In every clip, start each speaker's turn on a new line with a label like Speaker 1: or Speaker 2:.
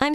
Speaker 1: I'm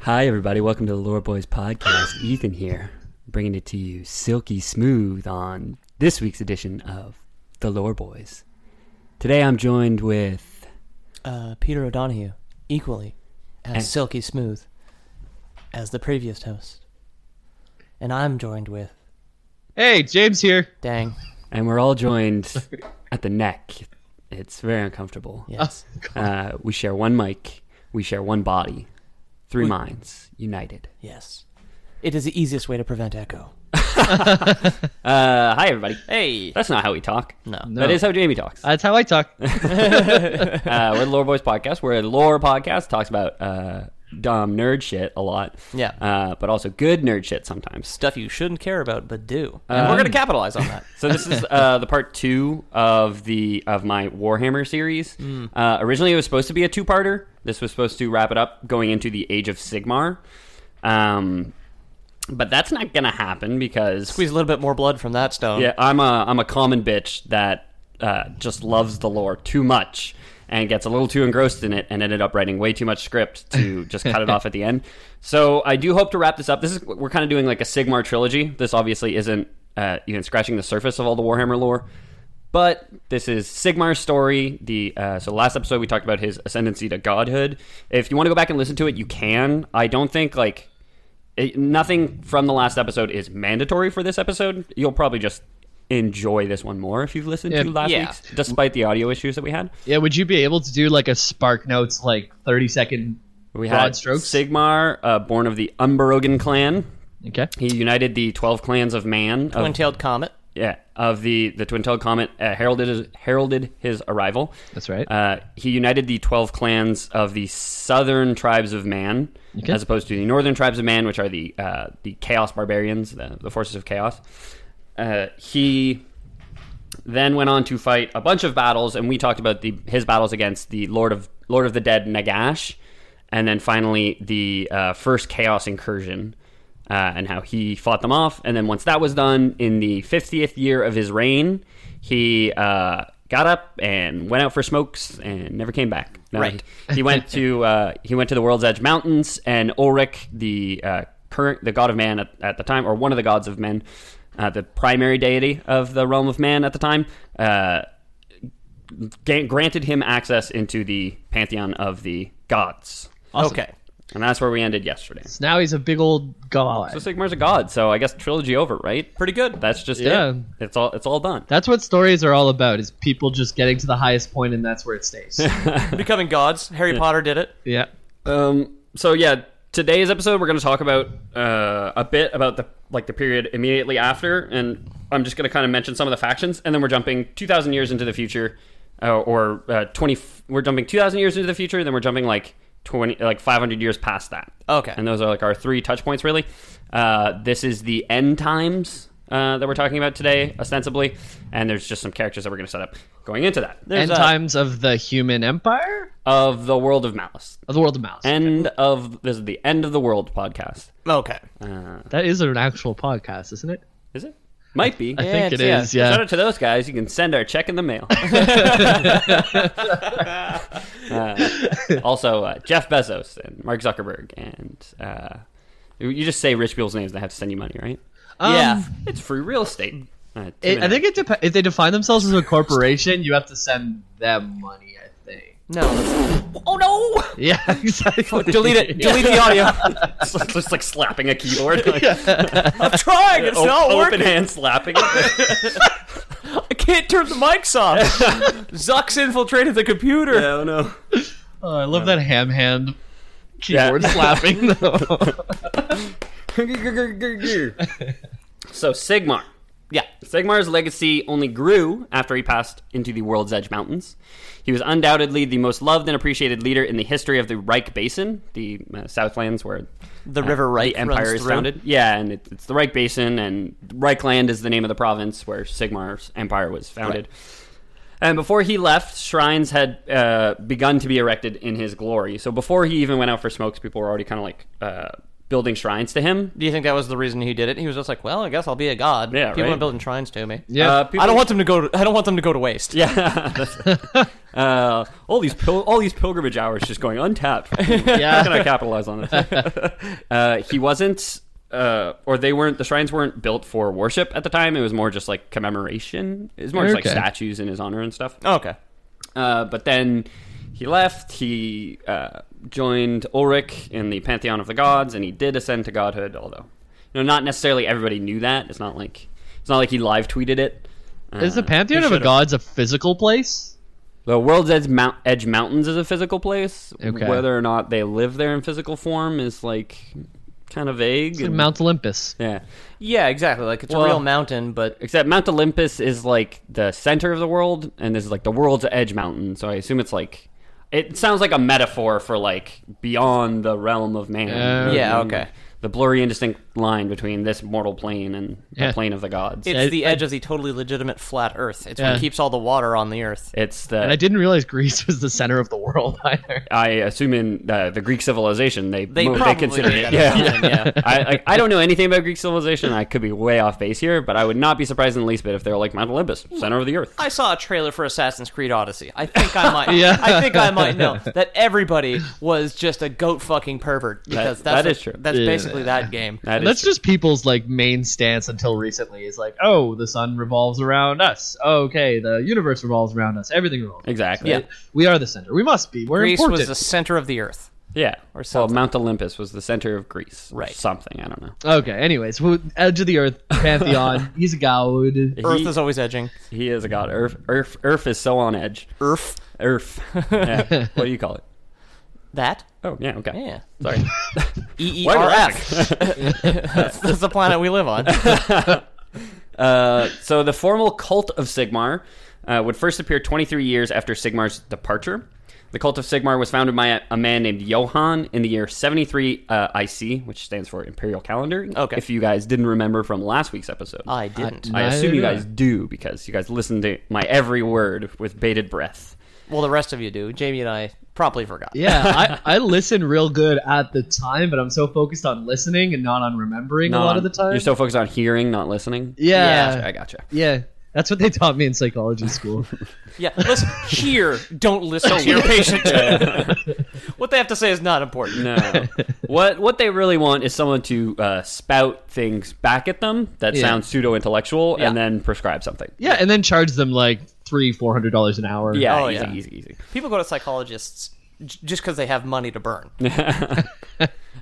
Speaker 2: Hi, everybody. Welcome to the Lore Boys podcast. Ethan here, bringing it to you silky smooth on this week's edition of the Lore Boys. Today, I'm joined with
Speaker 3: uh, Peter O'Donohue, equally as
Speaker 2: And-
Speaker 3: silky smooth as the previous host. And I'm joined with,
Speaker 4: Hey, James here.
Speaker 3: dang,
Speaker 2: and we're all joined at the neck. It's very uncomfortable.
Speaker 3: yes,
Speaker 2: Uh, we share one mic. We share one body. Three minds united.
Speaker 3: yes. It is the easiest way to prevent echo.
Speaker 2: Uh, hi, everybody.
Speaker 3: Hey!
Speaker 2: That's not how we talk.
Speaker 3: No.
Speaker 2: That is how Jamie talks.
Speaker 4: That's how I talk.
Speaker 2: Uh, we're the Lore Boys podcast. We're a lore podcast. Talks about uh, dumb nerd shit a lot.
Speaker 3: Yeah.
Speaker 2: Uh, but also good nerd shit sometimes.
Speaker 3: Stuff you shouldn't care about, but do. and we're going to capitalize on that.
Speaker 2: So this is uh, the part two of the of my Warhammer series.
Speaker 3: Hmm.
Speaker 2: Uh, originally, it was supposed to be a two parter. This was supposed to wrap it up, going into the Age of Sigmar. Um, but that's not gonna happen because
Speaker 3: Squeeze a little bit more blood from that stone.
Speaker 2: Yeah, I'm a I'm a common bitch that uh, just loves the lore too much and gets a little too engrossed in it and ended up writing way too much script to just cut it off at the end. So I do hope to wrap this up. This is we're kind of doing like a Sigmar trilogy. This obviously isn't uh, even scratching the surface of all the Warhammer lore. But this is Sigmar's story. The uh, so last episode we talked about his ascendancy to godhood. If you want to go back and listen to it, you can. I don't think like it, nothing from the last episode is mandatory for this episode. You'll probably just enjoy this one more if you've listened to
Speaker 4: Yeah.
Speaker 2: last
Speaker 3: Yeah.
Speaker 2: week's, despite the audio issues that we had.
Speaker 4: Yeah, would you be able to do like a Spark Notes, like 30 second
Speaker 2: We
Speaker 4: broad
Speaker 2: had
Speaker 4: strokes?
Speaker 2: Sigmar, uh, born of the Umberogan clan.
Speaker 4: okay.
Speaker 2: He united the twelve clans of man. Of,
Speaker 3: Twin-tailed comet.
Speaker 2: yeah, of the the twin-tailed comet uh, heralded his, heralded his arrival.
Speaker 4: That's right.
Speaker 2: Uh, he united the 12 clans of the southern tribes of man,
Speaker 4: Okay.
Speaker 2: as opposed to the northern tribes of man, which are the uh, the chaos barbarians, the, the forces of chaos. Uh, he then went on to fight a bunch of battles, and we talked about the his battles against the Lord of Lord of the Dead Nagash, and then finally the uh, first Chaos incursion, uh, and how he fought them off. And then once that was done, in the fiftieth year of his reign, he uh, got up and went out for smokes and never came back. No,
Speaker 3: Right.
Speaker 2: He went to uh, he went to the World's Edge Mountains, and Ulrich, the uh, current the god of man at, at the time, or one of the gods of men, uh, the primary deity of the realm of man at the time, uh, ga- granted him access into the pantheon of the gods,
Speaker 3: Okay.
Speaker 2: and that's where we ended yesterday.
Speaker 4: So now he's a big old god.
Speaker 2: So Sigmar's a god, so I guess trilogy over, right?
Speaker 3: Pretty good.
Speaker 2: That's just
Speaker 4: Yeah.
Speaker 2: it. It's all it's all done.
Speaker 4: that's what stories are all about, is people just getting to the highest point and that's where it stays.
Speaker 3: Becoming gods. Harry Potter did it.
Speaker 4: yeah.
Speaker 2: Um, so yeah, today's episode we're going to talk about uh, a bit about the like the period immediately after, and I'm just going to kind of mention some of the factions, and then we're jumping 2,000 years into the future, uh, or uh, 20. We're jumping 2,000 years into the future, then we're jumping like 20, like 500 years past that.
Speaker 3: Okay.
Speaker 2: and those are like our three touch points really. Uh, this is the end times. Uh, that we're talking about today, ostensibly, and there's just some characters that we're going to set up going into that
Speaker 4: End
Speaker 3: a-
Speaker 4: times of the human empire?
Speaker 2: of the world of malice.
Speaker 4: Of the world of mouse.
Speaker 2: End of this is the end of the world podcast.
Speaker 3: Okay.
Speaker 4: that is an actual podcast, isn't it?
Speaker 2: Is it? Might be.
Speaker 4: I think it
Speaker 3: it's- yeah.
Speaker 4: is, yeah.
Speaker 2: Shout out to those guys. You can send our check in the mail. Uh, also, uh, Jeff Bezos and Mark Zuckerberg and uh, you just say rich people's names. They have to send you money, right?
Speaker 3: yeah.
Speaker 2: It's free real estate. Uh,
Speaker 4: It, I think it dep- if they define themselves as a corporation, you have to send them money, I think.
Speaker 3: No. Oh, no!
Speaker 4: Yeah, exactly.
Speaker 2: delete it. Delete the audio. it's, like- it's like slapping a keyboard. Like,
Speaker 3: I'm trying! It's
Speaker 2: o-
Speaker 3: not
Speaker 2: open
Speaker 3: working!
Speaker 2: hand slapping. it.
Speaker 3: I can't turn the mics off. Zuck's infiltrated the computer.
Speaker 2: Oh no.
Speaker 4: Oh, I love that ham hand keyboard
Speaker 2: Uh,
Speaker 4: slapping though.
Speaker 2: so Sigmar. Yeah, Sigmar's legacy only grew after he passed into the World's Edge Mountains. He was undoubtedly the most loved and appreciated leader in the history of the Reich Basin, the uh, Southlands where
Speaker 3: The River Reich
Speaker 2: the empire
Speaker 3: runs
Speaker 2: is
Speaker 3: through.
Speaker 2: founded. Yeah, and it, it's the Reich Basin, and Reichland is the name of the province where Sigmar's empire was founded. And before he left, shrines had uh, begun to be erected in his glory. So before he even went out for smokes, people were already kind of like uh, building shrines to him.
Speaker 3: Do you think that was the reason he did it? He was just like, well, I guess I'll be a god.
Speaker 2: Yeah,
Speaker 3: People
Speaker 2: right.
Speaker 3: are building shrines to me.
Speaker 4: Yeah.
Speaker 2: Uh, people,
Speaker 3: I don't want them to go. To, I don't want them to go to waste. Yeah.
Speaker 2: uh, all these pil- all these pilgrimage hours just going untapped. yeah, how can I capitalize on this? uh, he wasn't, uh, or they weren't. The shrines weren't built for worship at the time. It was more just like commemoration. It was more just
Speaker 4: Okay.
Speaker 2: like statues in his honor and stuff.
Speaker 3: Oh, Okay.
Speaker 2: Uh, but then he left. He uh, joined Ulrich in the pantheon of the gods, and he did ascend to godhood. Although, you know, not necessarily everybody knew that. It's not like it's not like he live tweeted it.
Speaker 4: Is
Speaker 2: Uh,
Speaker 4: the Pantheon of the Gods a physical place?
Speaker 2: The World's Edge, Mount, Edge Mountains is a physical place.
Speaker 4: Okay.
Speaker 2: Whether or not they live there in physical form is like kind of vague.
Speaker 4: It's like
Speaker 2: and-
Speaker 4: Mount Olympus.
Speaker 2: yeah.
Speaker 3: Yeah, exactly. Like it's
Speaker 2: Well-
Speaker 3: a real mountain, but
Speaker 2: Except Mount Olympus is like the center of the world, and this is like the world's edge mountain. So I assume it's like. It sounds like a metaphor for like beyond the realm of man.
Speaker 4: Yeah.
Speaker 3: Yeah,
Speaker 2: And
Speaker 3: okay.
Speaker 2: The blurry, indistinct line between this mortal plane and
Speaker 4: Yeah.
Speaker 2: the plane of the gods.
Speaker 3: it's
Speaker 4: I-
Speaker 3: the edge of the totally legitimate flat Earth. It's
Speaker 4: Yeah.
Speaker 3: what keeps all the water on the Earth.
Speaker 2: it's the.
Speaker 4: And I didn't realize Greece was the center of the world either.
Speaker 2: I assume in uh, the Greek civilization they
Speaker 3: They
Speaker 2: mo-
Speaker 3: probably
Speaker 2: considered
Speaker 3: did
Speaker 2: it.
Speaker 3: that
Speaker 2: Yeah,
Speaker 3: at the time, yeah.
Speaker 2: I, like, I don't know anything about Greek civilization. I could be way off base here, but I would not be surprised in the least bit if they were like Mount Olympus, center of the earth.
Speaker 3: I saw a trailer for Assassin's Creed Odyssey. I think I might.
Speaker 4: Yeah.
Speaker 3: I think I might know that everybody was just a goat fucking pervert because
Speaker 2: That-
Speaker 3: that's
Speaker 2: that
Speaker 3: what-
Speaker 2: is true.
Speaker 3: That's
Speaker 4: Yeah.
Speaker 3: basically that game.
Speaker 2: That is
Speaker 4: That's
Speaker 2: true.
Speaker 4: just people's like main stance until recently is like, oh, the sun revolves around us. Oh, okay, the universe revolves around us. Everything revolves. around us.
Speaker 2: exactly.
Speaker 3: Yeah.
Speaker 4: We are the center. We must be. We're
Speaker 3: Greece was
Speaker 4: important.
Speaker 3: the center of the Earth.
Speaker 2: yeah. Or well,
Speaker 3: something.
Speaker 2: Mount Olympus was the center of Greece, or
Speaker 3: Right.
Speaker 2: Something I don't know.
Speaker 4: Okay. Anyways, well, edge of the earth pantheon. He's a god.
Speaker 3: Earth
Speaker 2: He-
Speaker 3: is always edging.
Speaker 2: He is a god. Earth, Earth, Earth is so on edge.
Speaker 3: Earth.
Speaker 2: Earth. Yeah. what do you call it?
Speaker 3: That.
Speaker 2: Oh yeah, okay.
Speaker 3: Yeah.
Speaker 2: Sorry.
Speaker 3: E E
Speaker 2: Why do
Speaker 3: R
Speaker 2: I
Speaker 3: F. That's that's the planet we live on.
Speaker 2: Uh, so the formal cult of Sigmar uh, would first appear 23 years after Sigmar's departure. The cult of Sigmar was founded by a, a man named Johann in the year 73 uh, IC, which stands for Imperial Calendar.
Speaker 3: Okay.
Speaker 2: If you guys didn't remember from last week's episode,
Speaker 3: I didn't.
Speaker 2: I assume you
Speaker 4: Neither
Speaker 2: guys do because you guys listen to my every word with bated breath.
Speaker 3: well, the rest of you do. Jamie and I probably forgot.
Speaker 4: yeah, I, I listen real good at the time, but I'm so focused on listening and not on remembering a lot of the time.
Speaker 2: You're so focused on hearing, not listening.
Speaker 4: yeah,
Speaker 2: I gotcha.
Speaker 4: yeah. That's what they taught me in psychology school.
Speaker 3: Yeah, listen here. Don't listen to your patient. what they have to say is not important.
Speaker 2: No. what what they really want is someone to uh, spout things back at them that
Speaker 4: Yeah.
Speaker 2: sounds pseudo intellectual
Speaker 3: Yeah.
Speaker 2: and then prescribe something.
Speaker 4: yeah, and then charge them like three, four hundred dollars an hour.
Speaker 2: Yeah,
Speaker 3: Oh,
Speaker 2: easy,
Speaker 3: yeah.
Speaker 2: easy, easy.
Speaker 3: People go to psychologists j- just because they have money to burn.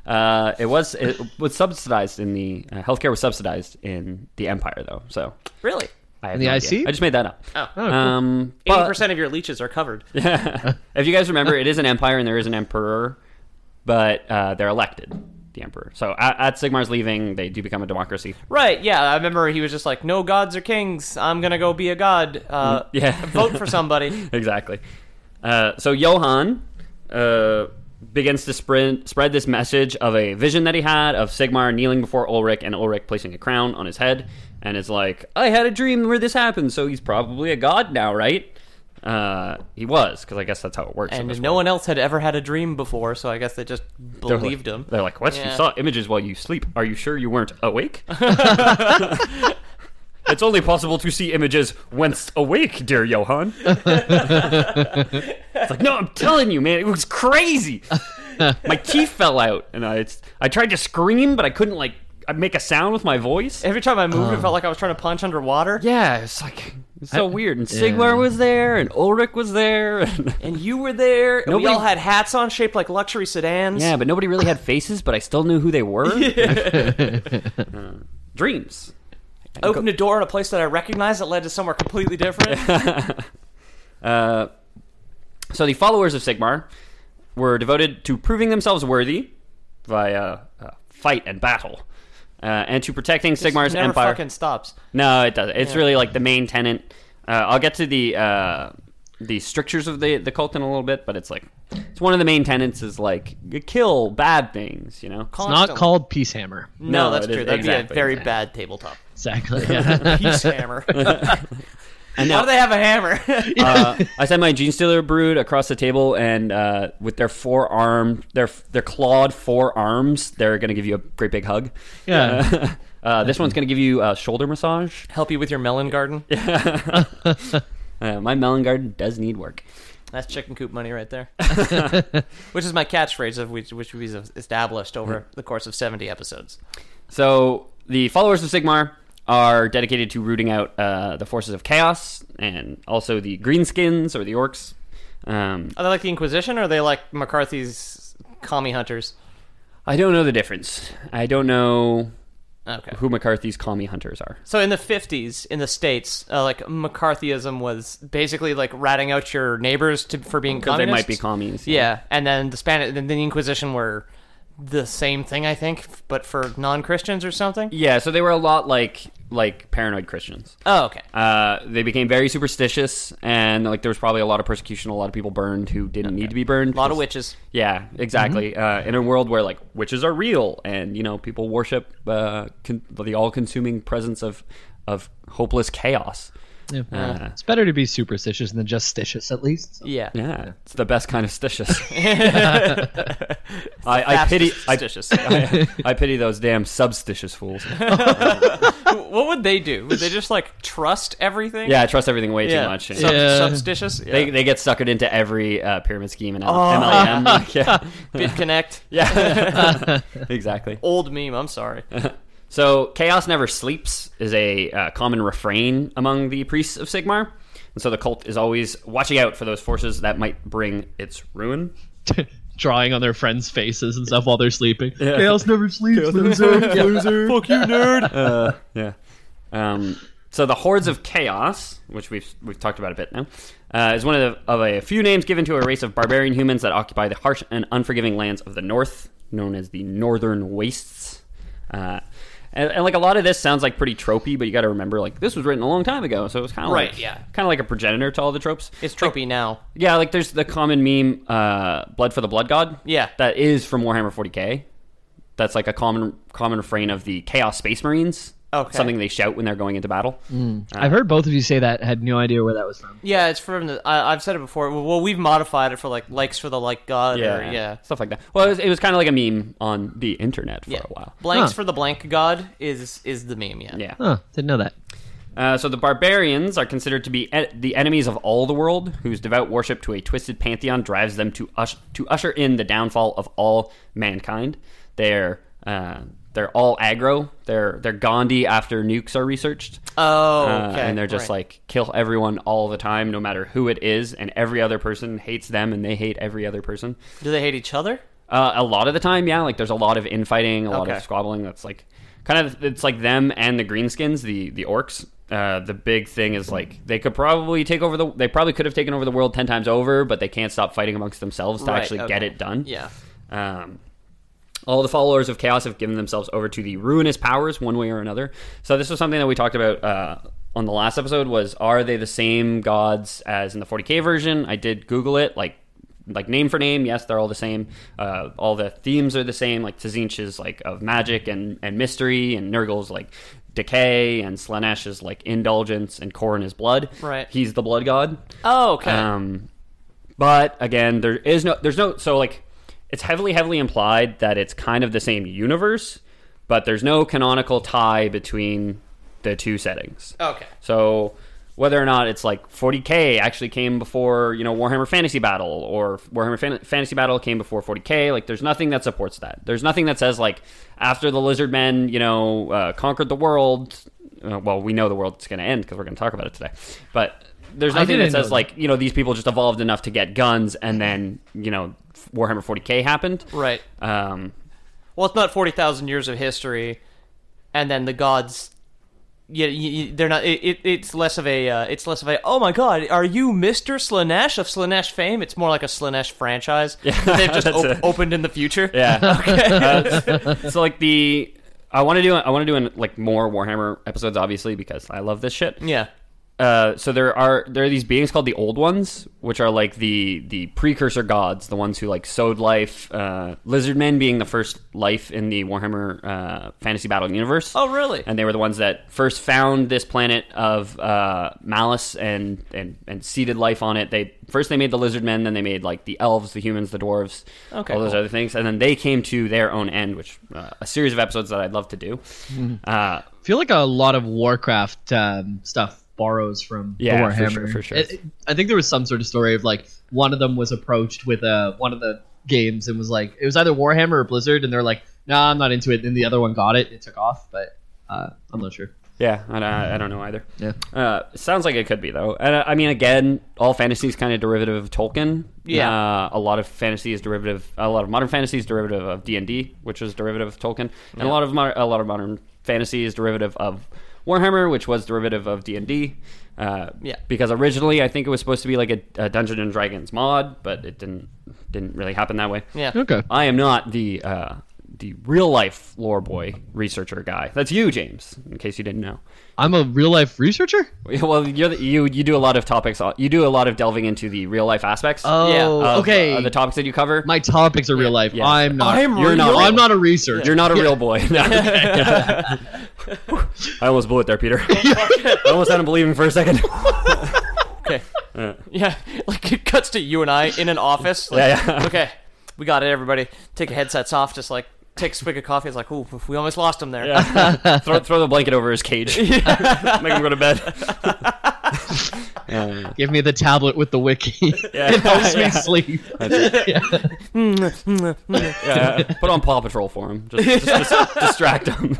Speaker 2: Uh, it was it was subsidized in the uh, healthcare was subsidized in the empire though. So
Speaker 3: Really?
Speaker 2: I have
Speaker 4: In the
Speaker 2: no idea.
Speaker 4: IC?
Speaker 2: I just made that up.
Speaker 3: Oh.
Speaker 2: Um,
Speaker 3: Eighty
Speaker 2: but
Speaker 3: percent of your leeches are covered.
Speaker 2: if you guys remember, it is an empire and there is an emperor, but uh, they're elected the emperor. So at, at Sigmar's leaving, they do become a democracy.
Speaker 3: Right? Yeah, I remember he was just like, "No gods or kings. I'm gonna go be a god. Uh,
Speaker 2: yeah.
Speaker 3: vote for somebody."
Speaker 2: exactly. Uh, so Johan uh, begins to sprint, spread this message of a vision that he had of Sigmar kneeling before Ulrich and Ulrich placing a crown on his head, and is like, "I had a dream where this happened, so he's probably a god now, right?" Uh, he was, because I guess that's how it works. in
Speaker 3: And
Speaker 2: this
Speaker 3: no
Speaker 2: world.
Speaker 3: one else had ever had a dream before, so I guess they just
Speaker 2: They're like-
Speaker 3: believed him.
Speaker 2: They're like, "What? You
Speaker 3: Yeah.
Speaker 2: saw images while you sleep? Are you sure you weren't awake?" It's only possible to see images whence awake, dear Johan. it's like, no, I'm telling you, man, it was crazy. My teeth fell out, and I, it's, I tried to scream, but I couldn't like I make a sound with my voice.
Speaker 3: Every time I moved, it felt like I was trying to punch underwater.
Speaker 2: Eh, "Oh." Yeah, it's like it was so weird. And Sigmar was there, and Ulrich was there. And
Speaker 3: And you were there. And we
Speaker 2: Nobody-
Speaker 3: all had hats on, shaped like luxury sedans.
Speaker 2: yeah, but nobody really had faces, but I still knew who they were. Uh, dreams.
Speaker 3: Opened a door in a place that I recognized that led to somewhere completely different.
Speaker 2: So the followers of Sigmar were devoted to proving themselves worthy via uh, fight and battle, uh, and to protecting Sigmar's
Speaker 3: never
Speaker 2: empire.
Speaker 3: fucking stops.
Speaker 2: No, it doesn't. It's really like the main tenant. Uh, I'll get to the uh, the strictures of the the cult in a little bit, but it's like it's one of the main tenants is like you kill bad things, you know.
Speaker 4: It's not called Peace Hammer.
Speaker 3: No,
Speaker 2: No,
Speaker 3: that's
Speaker 2: it is-
Speaker 3: true. That'd be
Speaker 2: exactly,
Speaker 3: a very
Speaker 2: exactly.
Speaker 3: bad tabletop.
Speaker 4: Exactly. Yeah.
Speaker 3: Peace hammer.
Speaker 2: And
Speaker 3: Why
Speaker 2: now,
Speaker 3: do they have a hammer?
Speaker 2: uh, I sent my gene stealer brood across the table, and uh, with their forearm, their their clawed forearms, they're gonna give you a great big hug.
Speaker 4: yeah.
Speaker 2: Uh, this one's gonna give you a shoulder massage.
Speaker 3: Help you with your melon garden?
Speaker 2: Uh, my melon garden does need work.
Speaker 3: That's chicken coop money right there. which is my catchphrase of which which we've established over the course of seventy episodes.
Speaker 2: So the followers of Sigmar are dedicated to rooting out uh, the forces of chaos and also the greenskins or the orcs. Um,
Speaker 3: Are they like the Inquisition or are they like McCarthy's commie hunters?
Speaker 2: I don't know the difference. I don't know
Speaker 3: Okay.
Speaker 2: who McCarthy's commie hunters are.
Speaker 3: So in the fifties in the states, uh, like McCarthyism was basically like ratting out your neighbors to, for being
Speaker 2: Because they
Speaker 3: communists.
Speaker 2: might be commies.
Speaker 3: Yeah, and then the Spanish, then the Inquisition were the same thing, I think, f- but for non-Christians or something.
Speaker 2: Yeah, so they were a lot like like paranoid Christians.
Speaker 3: Oh, okay.
Speaker 2: Uh, they became very superstitious, and like there was probably a lot of persecution. A lot of people burned who didn't need to be burned.
Speaker 3: A lot of witches.
Speaker 2: Yeah, exactly. Uh, in a world where like witches are real, and you know people worship uh, con- the all-consuming presence of of hopeless chaos.
Speaker 4: Yeah.
Speaker 2: Uh,
Speaker 4: It's better to be superstitious than justitious, at least. So-
Speaker 3: Yeah.
Speaker 2: yeah, it's the best kind of stitious. I, I
Speaker 3: Fast
Speaker 2: pity. I,
Speaker 3: superstitious.
Speaker 2: I, I pity those damn substitious fools.
Speaker 3: what would they do? Would they just like trust everything?
Speaker 2: Yeah, I trust everything way too much.
Speaker 3: Sub-
Speaker 4: Yeah.
Speaker 3: Substitious.
Speaker 2: They, they get suckered into every uh, pyramid scheme and MLM. yeah,
Speaker 3: BitConnect.
Speaker 2: yeah, exactly.
Speaker 3: Old meme. I'm sorry.
Speaker 2: So, chaos never sleeps is a uh, common refrain among the priests of Sigmar. And so the cult is always watching out for those forces that might bring its ruin.
Speaker 4: Drawing on their friends' faces and stuff while they're sleeping. Chaos never sleeps, loser. loser. Fuck you, nerd.
Speaker 2: Uh, Yeah. Um, so the hordes of chaos, which we've we've talked about a bit now, uh, is one of, the, of a few names given to a race of barbarian humans that occupy the harsh and unforgiving lands of the north, known as the Northern Wastes. Uh, and, and like a lot of this sounds like pretty tropey, but you got to remember like this was written a long time ago, so it was kind of
Speaker 3: Right,
Speaker 2: like,
Speaker 3: yeah.
Speaker 2: kind of like a progenitor to all the tropes.
Speaker 3: It's tropey now.
Speaker 2: Yeah, like there's the common meme, uh, "Blood for the Blood God."
Speaker 3: Yeah.
Speaker 2: that is from Warhammer 40k. That's like a common common refrain of the Chaos Space Marines.
Speaker 3: Okay.
Speaker 2: something they shout when they're going into battle.
Speaker 4: I've heard both of you say that. Had no idea where that was from.
Speaker 3: Yeah, it's from the. I, I've said it before. Well, we've modified it for like likes for the like god. Yeah. Or, yeah.
Speaker 2: stuff like that. Well, it was, it was kind of like a meme on the internet for
Speaker 3: Yeah.
Speaker 2: a while.
Speaker 3: Blanks
Speaker 4: Huh.
Speaker 3: for the blank god is is the meme. Yeah.
Speaker 2: Yeah.
Speaker 4: Huh? Didn't know that.
Speaker 2: Uh, so the barbarians are considered to be e- the enemies of all the world, whose devout worship to a twisted pantheon drives them to us- to usher in the downfall of all mankind. They're uh, they're all aggro. They're they're Gandhi after nukes are researched,
Speaker 3: Oh.
Speaker 2: Uh,
Speaker 3: Okay.
Speaker 2: and they're just
Speaker 3: right.
Speaker 2: like kill everyone all the time, no matter who it is, and every other person hates them, and they hate every other person.
Speaker 3: Do they hate each other?
Speaker 2: Uh, a lot of the time, yeah. Like there's a lot of infighting, a lot
Speaker 3: Okay.
Speaker 2: of squabbling. That's like kind of it's like them and the greenskins, the the orcs. Uh, the big thing is like they could probably take over the. They probably could have taken over the world ten times over, but they can't stop fighting amongst themselves to
Speaker 3: Right,
Speaker 2: actually
Speaker 3: okay.
Speaker 2: get it done.
Speaker 3: Yeah.
Speaker 2: Um, all the followers of chaos have given themselves over to the ruinous powers, one way or another. So this was something that we talked about uh, on the last episode. Was are they the same gods as in the 40k version? I did Google it, like like name for name. Yes, they're all the same. Uh, all the themes are the same. Like Tzinch is like of magic and and mystery, and Nurgle's like decay, and Slanesh is like indulgence, and Korin is blood.
Speaker 3: Right.
Speaker 2: he's the blood god.
Speaker 3: Oh. Okay.
Speaker 2: Um, but again, there is no, there's no, so like, it's heavily, heavily implied that it's kind of the same universe, but there's no canonical tie between the two settings.
Speaker 3: okay.
Speaker 2: So whether or not it's like 40k actually came before you know Warhammer Fantasy Battle or Warhammer Fan- Fantasy Battle came before 40k, like there's nothing that supports that. There's nothing that says like after the lizard men you know uh, conquered the world. Uh, well, we know the world's going to end because we're going to talk about it today, but there's
Speaker 4: I
Speaker 2: nothing that
Speaker 4: didn't know
Speaker 2: says
Speaker 4: that.
Speaker 2: like you know these people just evolved enough to get guns and then you know Warhammer 40k happened.
Speaker 3: Right.
Speaker 2: Um,
Speaker 3: Well, it's not forty thousand years of history, and then the gods yeah, you, you, they're not. It, it, it's less of a. Uh, it's less of a. Oh my God, are you Mister Slanesh of Slanesh fame? It's more like a Slanesh franchise that they've just
Speaker 2: that's
Speaker 3: op-
Speaker 2: it.
Speaker 3: opened in the future.
Speaker 2: Yeah. Uh, so like the I want to do I want to do an, like more Warhammer episodes obviously because I love this shit.
Speaker 3: yeah.
Speaker 2: Uh, so there are there are these beings called the old ones, which are like the the precursor gods, the ones who like sowed life. Uh, lizard men being the first life in the Warhammer uh, fantasy battle universe.
Speaker 3: Oh, really?
Speaker 2: And they were the ones that first found this planet of uh, malice and, and and seeded life on it. They first they made the lizard men, then they made like the elves, the humans, the dwarves,
Speaker 3: Okay,
Speaker 2: all those
Speaker 3: cool.
Speaker 2: other things, and then they came to their own end, which uh, a series of episodes that I'd love to do.
Speaker 3: Mm-hmm.
Speaker 2: Uh,
Speaker 4: feel like a lot of Warcraft um, stuff borrows from the
Speaker 2: Yeah, for
Speaker 4: Warhammer.
Speaker 2: sure, for sure.
Speaker 4: It- it- I think there was some sort of story of like one of them was approached with uh, one of the games and was like it was either Warhammer or Blizzard, and they're like, "Nah, I'm not into it." Then the other one got it, it took off, but uh, I'm not sure.
Speaker 2: yeah, I, don't- I don't know either.
Speaker 4: Yeah.
Speaker 2: Uh, sounds like it could be though, and uh, I mean, again, all fantasy is kind of derivative of Tolkien.
Speaker 3: Yeah.
Speaker 2: uh, a lot of fantasy is derivative. A lot of modern fantasy is derivative of D and D, which was derivative of Tolkien, and a lot of mo- a lot of modern fantasy is derivative of Warhammer, which was derivative of D and D. Uh,
Speaker 3: Yeah.
Speaker 2: because originally I think it was supposed to be like a, a Dungeons and Dragons mod, but it didn't didn't really happen that way.
Speaker 3: Yeah.
Speaker 4: Okay.
Speaker 2: I am not the uh, the real life lore boy researcher guy. That's you, James. In case you didn't know.
Speaker 4: I'm a real life researcher.
Speaker 2: Yeah, Well, you're the, you you do a lot of topics. on- You do a lot of delving into the real life aspects.
Speaker 4: Oh,
Speaker 2: of,
Speaker 4: okay.
Speaker 2: uh, the topics that you cover.
Speaker 4: My topics are real life.
Speaker 2: yeah.
Speaker 4: I'm not.
Speaker 3: I'm
Speaker 2: You're not real.
Speaker 4: I'm not a researcher.
Speaker 2: you're not a real boy. No. I almost blew it there, Peter. I almost had him believing for a second.
Speaker 3: Okay. yeah. Like it cuts to you and I in an office. Like,
Speaker 2: Yeah, yeah.
Speaker 3: okay. We got it, everybody. Take your headsets off. Just like take a swig of coffee. It's like, ooh, we almost lost him there.
Speaker 2: Yeah. throw, throw the blanket over his cage. Make him go to bed. Yeah,
Speaker 4: Give me the tablet with the wiki.
Speaker 2: yeah,
Speaker 4: it helps me sleep.
Speaker 2: yeah. Put on Paw Patrol for him. Just, just, just distract him.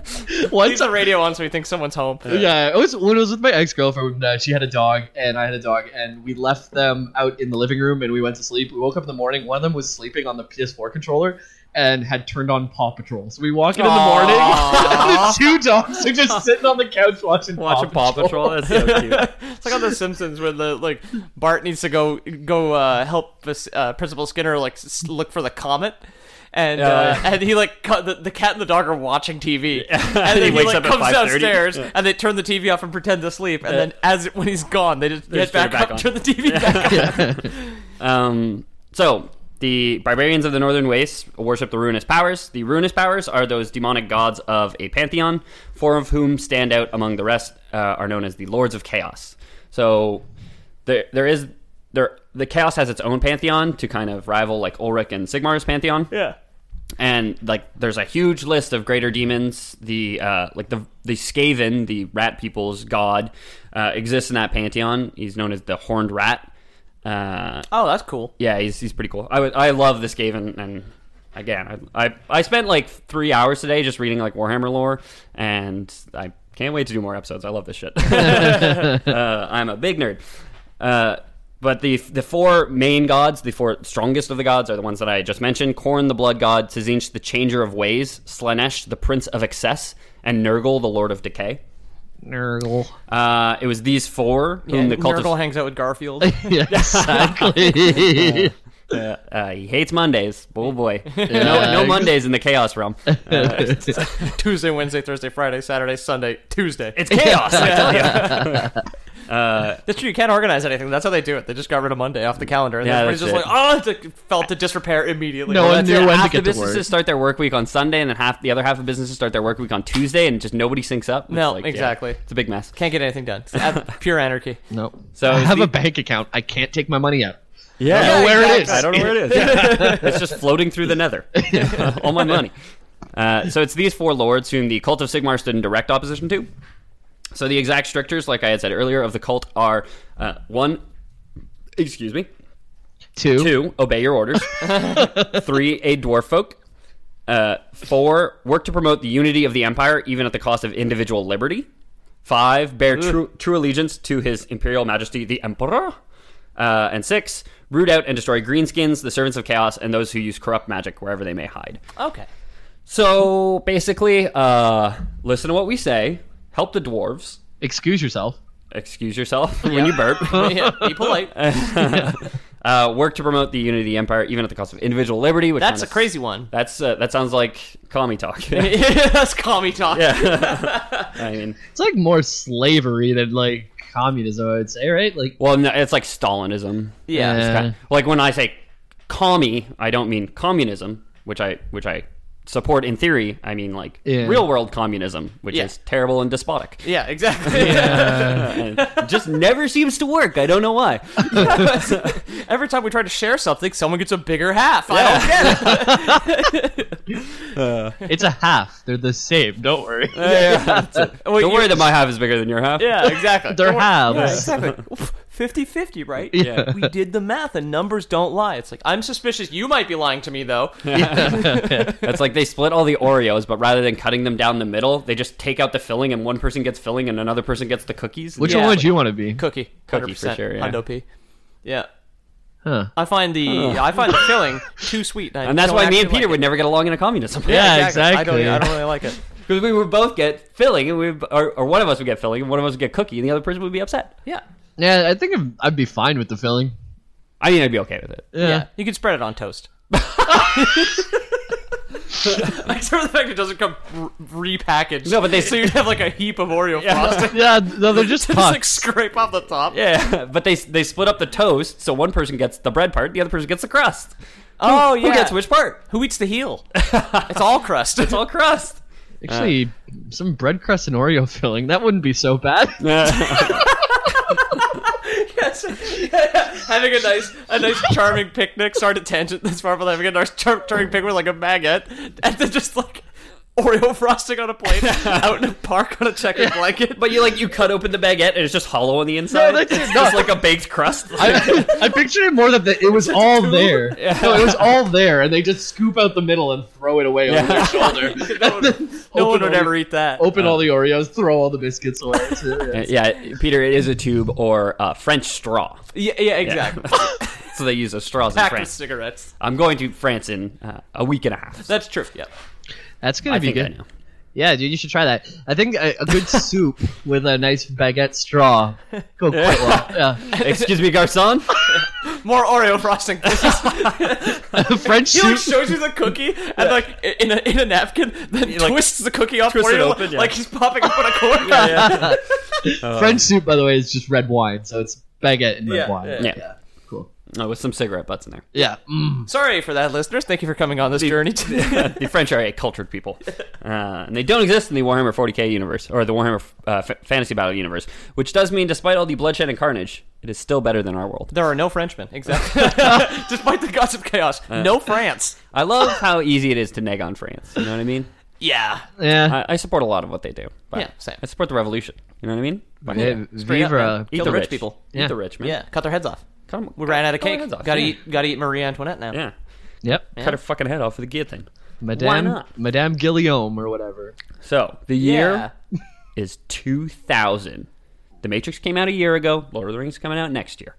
Speaker 4: Once
Speaker 3: Leave the radio on so we think someone's home.
Speaker 4: Yeah, it was when I was with my ex girlfriend. Uh, she had a dog, and I had a dog, and we left them out in the living room, and we went to sleep. We woke up in the morning. One of them was sleeping on the PS4 controller and had turned on Paw Patrol. So we walk in in the morning, and the two dogs are just sitting on the couch watching
Speaker 2: Watch a Paw Patrol. That's so cute.
Speaker 3: It's like on The Simpsons where the like Bart needs to go go uh, help this, uh, Principal Skinner like s- look for the comet. And
Speaker 2: Yeah,
Speaker 3: uh,
Speaker 2: yeah.
Speaker 3: and he like cu- the, the cat and the dog are watching TV, and then he,
Speaker 2: wakes
Speaker 3: like
Speaker 2: up at
Speaker 3: comes
Speaker 2: 5:30.
Speaker 3: downstairs and they turn the TV off and pretend to sleep, and then as when he's gone, they just
Speaker 2: just
Speaker 3: get
Speaker 2: turn it
Speaker 3: back,
Speaker 2: back
Speaker 3: up,
Speaker 2: on.
Speaker 3: turn the TV back on.
Speaker 2: Um, so the barbarians of the northern wastes worship the ruinous powers. The ruinous powers are those demonic gods of a pantheon, four of whom stand out among the rest uh, are known as the lords of chaos. So there, there is there the chaos has its own pantheon to kind of rival like Ulrich and Sigmar's pantheon
Speaker 3: Yeah,
Speaker 2: and like there's a huge list of greater demons the uh like the the skaven the rat people's god uh exists in that pantheon he's known as the horned rat uh
Speaker 3: Oh, that's cool.
Speaker 2: yeah he's he's pretty cool i would i love this skaven and again I, I i spent like three hours today just reading like warhammer lore and i can't wait to do more episodes i love this shit uh, i'm a big nerd uh but the the four main gods, the four strongest of the gods, are the ones that I just mentioned: Korn, the blood god; Tzinch, the changer of ways; Slanesh, the prince of excess; and Nurgle, the lord of decay.
Speaker 4: Nurgle.
Speaker 2: Uh, it was these four whom
Speaker 3: And
Speaker 2: the cult of-
Speaker 3: Nurgle hangs out with Garfield.
Speaker 4: Yeah, exactly.
Speaker 2: Uh, he hates Mondays. Oh boy, no, no Mondays in the chaos realm. Uh,
Speaker 3: Tuesday, Wednesday, Thursday, Friday, Saturday, Sunday, Tuesday.
Speaker 2: it's chaos, I tell you.
Speaker 3: That's true. You can't organize anything. That's how they do it. They just got rid of Monday off the calendar, and
Speaker 2: Yeah,
Speaker 3: everybody's just
Speaker 2: that's
Speaker 3: like, oh, it's like- fell to disrepair immediately.
Speaker 4: No
Speaker 3: Well,
Speaker 4: one
Speaker 3: that's
Speaker 4: knew
Speaker 3: it.
Speaker 4: when to
Speaker 2: half the
Speaker 4: get to
Speaker 2: businesses
Speaker 4: work.
Speaker 2: start their work week on Sunday, and then half the other half of businesses start their work week on Tuesday, and just nobody syncs up. It's
Speaker 3: No,
Speaker 2: yeah,
Speaker 3: exactly.
Speaker 2: it's a big mess.
Speaker 3: Can't get anything done. It's ab- pure anarchy.
Speaker 4: No.
Speaker 2: So
Speaker 4: I
Speaker 2: it's
Speaker 4: have
Speaker 2: the-
Speaker 4: a bank account. I can't take my money out.
Speaker 2: yeah,
Speaker 4: I don't know where it is.
Speaker 3: exactly.
Speaker 2: I don't know where it is. Yeah. it's just floating through the nether. All my money. Uh, so it's these four lords whom the cult of Sigmar stood in direct opposition to. So the exact strictures, like I had said earlier, of the cult are uh, one, excuse me,
Speaker 4: Two.
Speaker 2: Two, obey your orders. Three, aid dwarf folk. Uh, four, work to promote the unity of the empire, even at the cost of individual liberty. Five, bear true, true allegiance to his imperial majesty, the emperor. Uh, and six, root out and destroy greenskins, the servants of chaos, and those who use corrupt magic wherever they may hide.
Speaker 3: Okay.
Speaker 2: So basically, uh, listen to what we say, help the dwarves,
Speaker 4: Excuse yourself.
Speaker 2: Excuse yourself when you burp.
Speaker 3: yeah, be polite.
Speaker 2: uh, work to promote the unity of the empire, even at the cost of individual liberty. Which
Speaker 3: That's
Speaker 2: kinda
Speaker 3: a crazy one.
Speaker 2: That's uh, that sounds like commie talk. yeah.
Speaker 3: That's commie talk.
Speaker 2: I mean,
Speaker 4: It's like more slavery than like communism, I would say, right? Like,
Speaker 2: well, no, it's like Stalinism.
Speaker 3: Yeah.
Speaker 2: It's
Speaker 4: Yeah.
Speaker 2: kind like when I say commie, I don't mean communism, which I which I support in theory. I mean like
Speaker 4: Yeah.
Speaker 2: real world communism, which
Speaker 3: Yeah.
Speaker 2: is terrible and despotic.
Speaker 3: Yeah, exactly.
Speaker 2: And it just never seems to work. I don't know why.
Speaker 3: Every time we try to share something, someone gets a bigger half. I don't get it.
Speaker 4: it's a half. They're the same. Don't worry.
Speaker 3: Wait,
Speaker 2: Don't
Speaker 3: you-
Speaker 2: worry that my half is bigger than your half.
Speaker 3: Yeah, exactly.
Speaker 4: They're
Speaker 3: Don't worry- Yeah,
Speaker 4: halves.
Speaker 3: exactly. Oof, 50-50, right?
Speaker 4: Yeah.
Speaker 3: We did the math, and numbers don't lie. It's like I'm suspicious. You might be lying to me, though.
Speaker 2: It's like they split all the Oreos, but rather than cutting them down the middle, they just take out the filling, and one person gets filling, and another person gets the cookies.
Speaker 4: Which
Speaker 2: yeah.
Speaker 4: one would you want to be?
Speaker 3: Cookie,
Speaker 2: Cookie
Speaker 3: 100%,
Speaker 2: for sure, yeah.
Speaker 3: Hundo P. Yeah.
Speaker 4: Huh.
Speaker 3: I find the I find the filling too sweet,
Speaker 2: And that's why me and Peter would never get along in a communism.
Speaker 4: Yeah,
Speaker 3: I
Speaker 4: exactly.
Speaker 3: don't, e, I don't really like it.
Speaker 2: because we would both get filling, and we would- or, or one of us would get filling, and one of us would get cookie, and the other person would be upset.
Speaker 3: Yeah.
Speaker 4: Yeah, I think I'd- I'd be fine with the filling.
Speaker 2: I mean, I'd be okay with it.
Speaker 3: Yeah. You can spread it on toast. Except for the fact it doesn't come re- repackaged.
Speaker 2: No, but they-
Speaker 3: so you'd have like a heap of Oreo frosting.
Speaker 4: Yeah, no, they're just
Speaker 3: Just like
Speaker 4: pucks.
Speaker 3: scrape off the top.
Speaker 2: Yeah, but they they split up the toast, so one person gets the bread part, the other person gets the crust.
Speaker 3: Oh yeah.
Speaker 2: Who gets which part?
Speaker 3: Who eats the heel? it's all crust.
Speaker 2: It's all crust.
Speaker 4: Actually, some bread crust and Oreo filling. That wouldn't be so bad.
Speaker 3: having a nice, a nice charming picnic. Sorry to tangent this far, but having a nice char- charming picnic with like a baguette and then just like Oreo frosting on a plate out in a park on a checkered blanket.
Speaker 2: But you like you cut open the baguette, and it's just hollow on the inside.
Speaker 4: that's it.
Speaker 2: It's just like a baked crust.
Speaker 4: I, I pictured it more that the, it was all there. No, it was all there, and they just scoop out the middle and throw it away over their shoulder.
Speaker 3: no one, no one would
Speaker 4: Open Oreo-
Speaker 3: ever eat that.
Speaker 4: Open all the Oreos, throw all the biscuits away. Too. Yeah.
Speaker 2: yeah, Peter, it is a tube or uh, French straw.
Speaker 3: Yeah, yeah, exactly.
Speaker 2: So they use those straws in
Speaker 3: Pack of
Speaker 2: France.
Speaker 3: cigarettes.
Speaker 2: I'm going to France in uh, a week and a half.
Speaker 3: That's true. Yeah.
Speaker 4: That's gonna
Speaker 2: I
Speaker 4: be
Speaker 2: think I
Speaker 4: good.
Speaker 2: know.
Speaker 4: Yeah, dude, you should try that. I think a, a good soup with a nice baguette straw go quite well. Yeah,
Speaker 2: Excuse me, garçon.
Speaker 3: More Oreo frosting.
Speaker 4: a French
Speaker 3: He like
Speaker 4: soup.
Speaker 3: shows you the cookie and like in a in a napkin, then twists the cookie off
Speaker 2: twists it
Speaker 3: Oreo
Speaker 2: open, yeah.
Speaker 3: like he's popping open a cork.
Speaker 4: French soup, by the way, is just red wine, so it's baguette and red
Speaker 3: Yeah,
Speaker 4: wine.
Speaker 3: yeah.
Speaker 2: Yeah.
Speaker 4: cool.
Speaker 2: Oh, with some cigarette butts in there.
Speaker 4: Yeah, mm.
Speaker 3: Sorry for that, listeners. Thank you for coming on this journey.
Speaker 2: the French are a cultured people, uh, and they don't exist in the Warhammer 40k universe or the Warhammer uh, f- Fantasy Battle universe, which does mean, despite all the bloodshed and carnage, it is still better than our world.
Speaker 3: there are no Frenchmen, exactly. Despite the gossip chaos, no France.
Speaker 2: I love how easy it is to neg on France. You know what I mean?
Speaker 3: Yeah,
Speaker 4: yeah.
Speaker 2: I, I support a lot of what they do. But
Speaker 3: Yeah, same.
Speaker 2: I support the revolution. You know what I mean? But
Speaker 4: Eh,
Speaker 3: Straight up,
Speaker 4: Vivra.
Speaker 3: man. Kill the rich,
Speaker 2: rich.
Speaker 3: people.
Speaker 2: Eat
Speaker 4: Yeah.
Speaker 2: the rich man.
Speaker 3: Yeah, cut their heads off.
Speaker 2: Cut 'em-
Speaker 3: We ran out of
Speaker 2: cut their
Speaker 3: cake.
Speaker 2: heads off,
Speaker 3: Gotta
Speaker 2: yeah.
Speaker 3: eat. Gotta eat Marie Antoinette now.
Speaker 2: Yeah.
Speaker 4: Yep.
Speaker 2: Cut her fucking head off with a guillotine.
Speaker 4: Madame
Speaker 2: not?
Speaker 4: Madame Guillaume or whatever.
Speaker 2: So the
Speaker 3: Yeah.
Speaker 2: year is 2000. The Matrix came out a year ago. Lord of the Rings is coming out next year.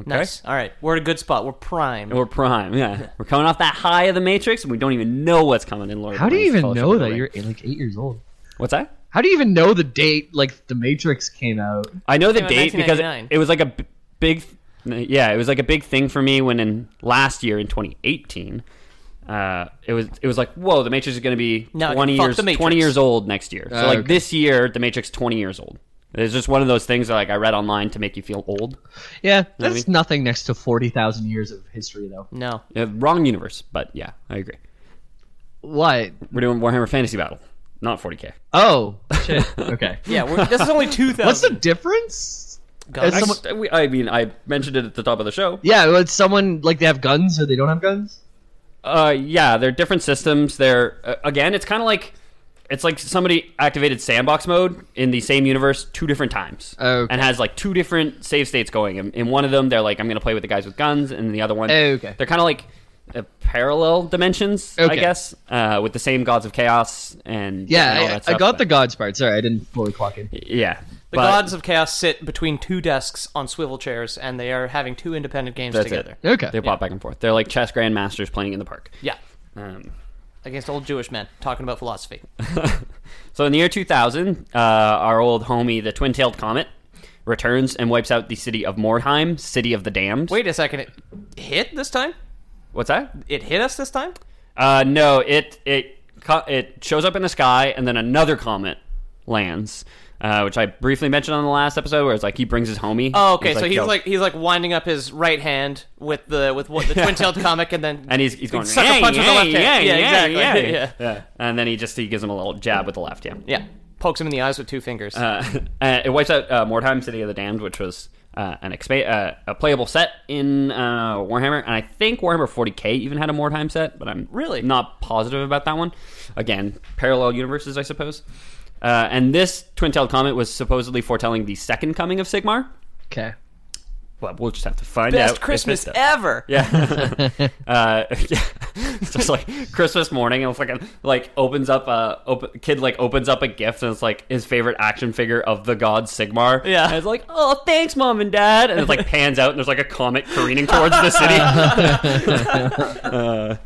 Speaker 2: Okay?
Speaker 3: Nice. All right, we're at a good spot. We're prime.
Speaker 2: And we're prime. Yeah. We're coming off that high of the Matrix, and we don't even know what's coming in Lord.
Speaker 4: How
Speaker 2: of
Speaker 4: do
Speaker 2: the
Speaker 4: you
Speaker 2: Rings,
Speaker 4: even
Speaker 2: Fellowship
Speaker 4: know
Speaker 2: of the
Speaker 4: that
Speaker 2: Ring.
Speaker 4: you're like eight years old?
Speaker 2: What's that?
Speaker 4: How do you even know the date? Like the Matrix came out.
Speaker 2: I know the
Speaker 3: out in
Speaker 2: date because it,
Speaker 3: 1999.
Speaker 2: it was like a b- big, yeah, it was like a big thing for me when in last year in 2018, uh, it was it was like whoa, the Matrix is going to be
Speaker 3: No,
Speaker 2: 20
Speaker 3: fuck
Speaker 2: years
Speaker 3: the Matrix.
Speaker 2: 20 years old next year. So
Speaker 4: Oh,
Speaker 2: like
Speaker 4: okay.
Speaker 2: this year, the Matrix 20 years old. It's just one of those things that like I read online to make you feel old.
Speaker 4: Yeah, that's nothing next to forty thousand years of history, though.
Speaker 3: no.
Speaker 2: Uh, wrong universe, but yeah, I agree.
Speaker 4: What?
Speaker 2: We're doing Warhammer Fantasy Battle, not 40k.
Speaker 4: Oh, shit. okay.
Speaker 3: Yeah, we're, this is only two
Speaker 4: What's the
Speaker 3: thousand.
Speaker 4: difference?
Speaker 3: Um, Guns.
Speaker 4: Is someone-
Speaker 2: I, we- I mean, I mentioned it at the top of the show.
Speaker 4: Yeah, well, it's someone like they have guns or they don't have guns.
Speaker 2: Uh, yeah, they're different systems. They're uh, again, it's kind of like it's like somebody activated sandbox mode in the same universe two different times,
Speaker 4: Okay.
Speaker 2: and has like two different save states going. In, in one of them, they're like, I'm gonna play with the guys with guns, and in the other one,
Speaker 4: Okay.
Speaker 2: they're kind of like uh, parallel dimensions, I
Speaker 4: Okay.
Speaker 2: guess, uh, with the same gods of chaos and and all
Speaker 4: Yeah,
Speaker 2: that
Speaker 4: I, I
Speaker 2: stuff,
Speaker 4: got the
Speaker 2: but-
Speaker 4: gods part. Sorry, I didn't fully clock in.
Speaker 2: yeah.
Speaker 3: The
Speaker 2: but-
Speaker 3: gods of chaos sit between two desks on swivel chairs, and they are having two independent games
Speaker 2: That's it.
Speaker 3: together.
Speaker 4: Okay.
Speaker 2: They pop back and forth. They're like chess grandmasters playing in the park.
Speaker 3: Yeah.
Speaker 2: Um,
Speaker 3: against old Jewish men talking about philosophy.
Speaker 2: So in the year 2000, uh, our old homie, the twin-tailed comet, returns and wipes out the city of Mordheim, city of the damned.
Speaker 3: Wait a second, it hit this time?
Speaker 2: what's that?
Speaker 3: It hit us this time?
Speaker 2: Uh, no, it it co- it shows up in the sky, and then another comet lands, uh, which I briefly mentioned on the last episode, where it's like he brings his homie.
Speaker 3: Oh, okay. so he's
Speaker 2: "Yo,"
Speaker 3: like he's like winding up his right hand with the with what the twin-tailed comic, and then
Speaker 2: and he's he's going
Speaker 3: sucker punch with the left hand.
Speaker 2: yeah,
Speaker 3: Yeah, exactly.
Speaker 2: exactly,
Speaker 3: Yeah.
Speaker 2: And then he just he gives him a little jab with the left hand.
Speaker 3: yeah pokes him in the eyes with two fingers.
Speaker 2: Uh, uh, it wipes out uh, Mordheim, City of the Damned, which was uh, an expa- uh, a playable set in uh, Warhammer, and I think Warhammer 40k even had a Mordheim set, but I'm
Speaker 3: Really?
Speaker 2: not positive about that one. Again, parallel universes, I suppose. Uh, and this twin-tailed comet was supposedly foretelling the second coming of Sigmar.
Speaker 4: Okay.
Speaker 2: Well, we'll just have to find out.
Speaker 3: Best
Speaker 2: if
Speaker 3: Christmas
Speaker 2: it does.
Speaker 3: ever. Yeah.
Speaker 2: Uh, yeah. It's just like Christmas morning, and fucking like opens up a op- kid like opens up a gift, and it's like his favorite action figure of the god Sigmar.
Speaker 3: Yeah.
Speaker 2: and it's like, oh, thanks, mom and dad, and it's like pans out, and there's like a comet careening towards the city. Uh,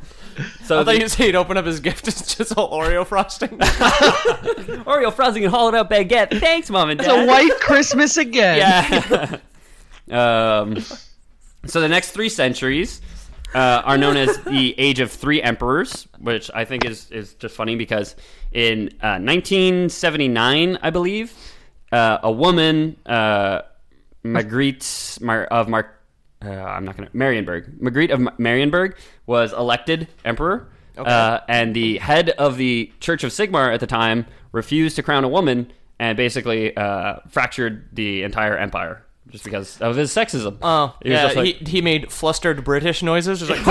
Speaker 2: so
Speaker 3: I thought
Speaker 2: the-
Speaker 3: you said he'd open up his gift. It's just all Oreo frosting.
Speaker 2: Oreo frosting and hollowed out baguette. Thanks, mom and dad.
Speaker 4: The white Christmas again.
Speaker 2: Yeah. um, so the next three centuries uh, are known as the Age of Three Emperors, which I think is is just funny because in uh, 1979, I believe, uh, a woman, uh, Marguerite Mar- of Mar- uh, I'm not gonna Marienburg, Marguerite of Ma- Marienburg was elected emperor. Uh, and the head of the Church of Sigmar at the time refused to crown a woman and basically uh, fractured the entire empire just because of his sexism.
Speaker 3: Oh,
Speaker 2: He was
Speaker 3: yeah.
Speaker 2: just like-
Speaker 3: he, he made flustered British noises. Just like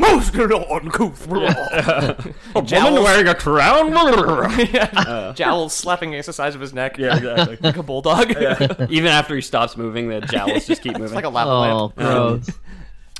Speaker 3: most uncouth.
Speaker 2: a woman wearing a crown?
Speaker 3: Jowl slapping against the sides of his neck.
Speaker 2: Uh. yeah, exactly.
Speaker 3: Like a bulldog.
Speaker 2: Even after he stops moving, the jowls just keep moving. Um,
Speaker 3: It's like a lava
Speaker 4: Oh,
Speaker 3: lamp.
Speaker 4: gross.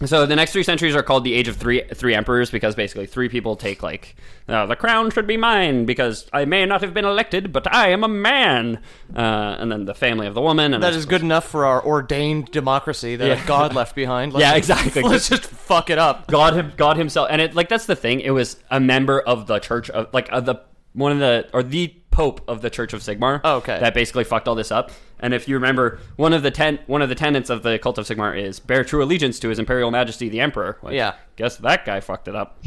Speaker 2: So the next three centuries are called the Age of Three Three Emperors because basically three people take like uh, the crown should be mine because I may not have been elected, but I am a man, uh, and then the family of the woman. And
Speaker 3: That is good enough for our ordained democracy that a god left behind. Let's
Speaker 2: Yeah,
Speaker 3: just-
Speaker 2: exactly.
Speaker 3: Let's just fuck it up.
Speaker 2: God, him- God himself, and it like that's the thing. It was a member of the church of like of the one of the or the Pope of the Church of Sigmar.
Speaker 3: Oh, okay.
Speaker 2: that basically fucked all this up. And if you remember, one of the ten one of the tenets of the cult of Sigmar is bear true allegiance to His Imperial Majesty the Emperor. Like,
Speaker 3: Yeah.
Speaker 2: guess that guy fucked it up.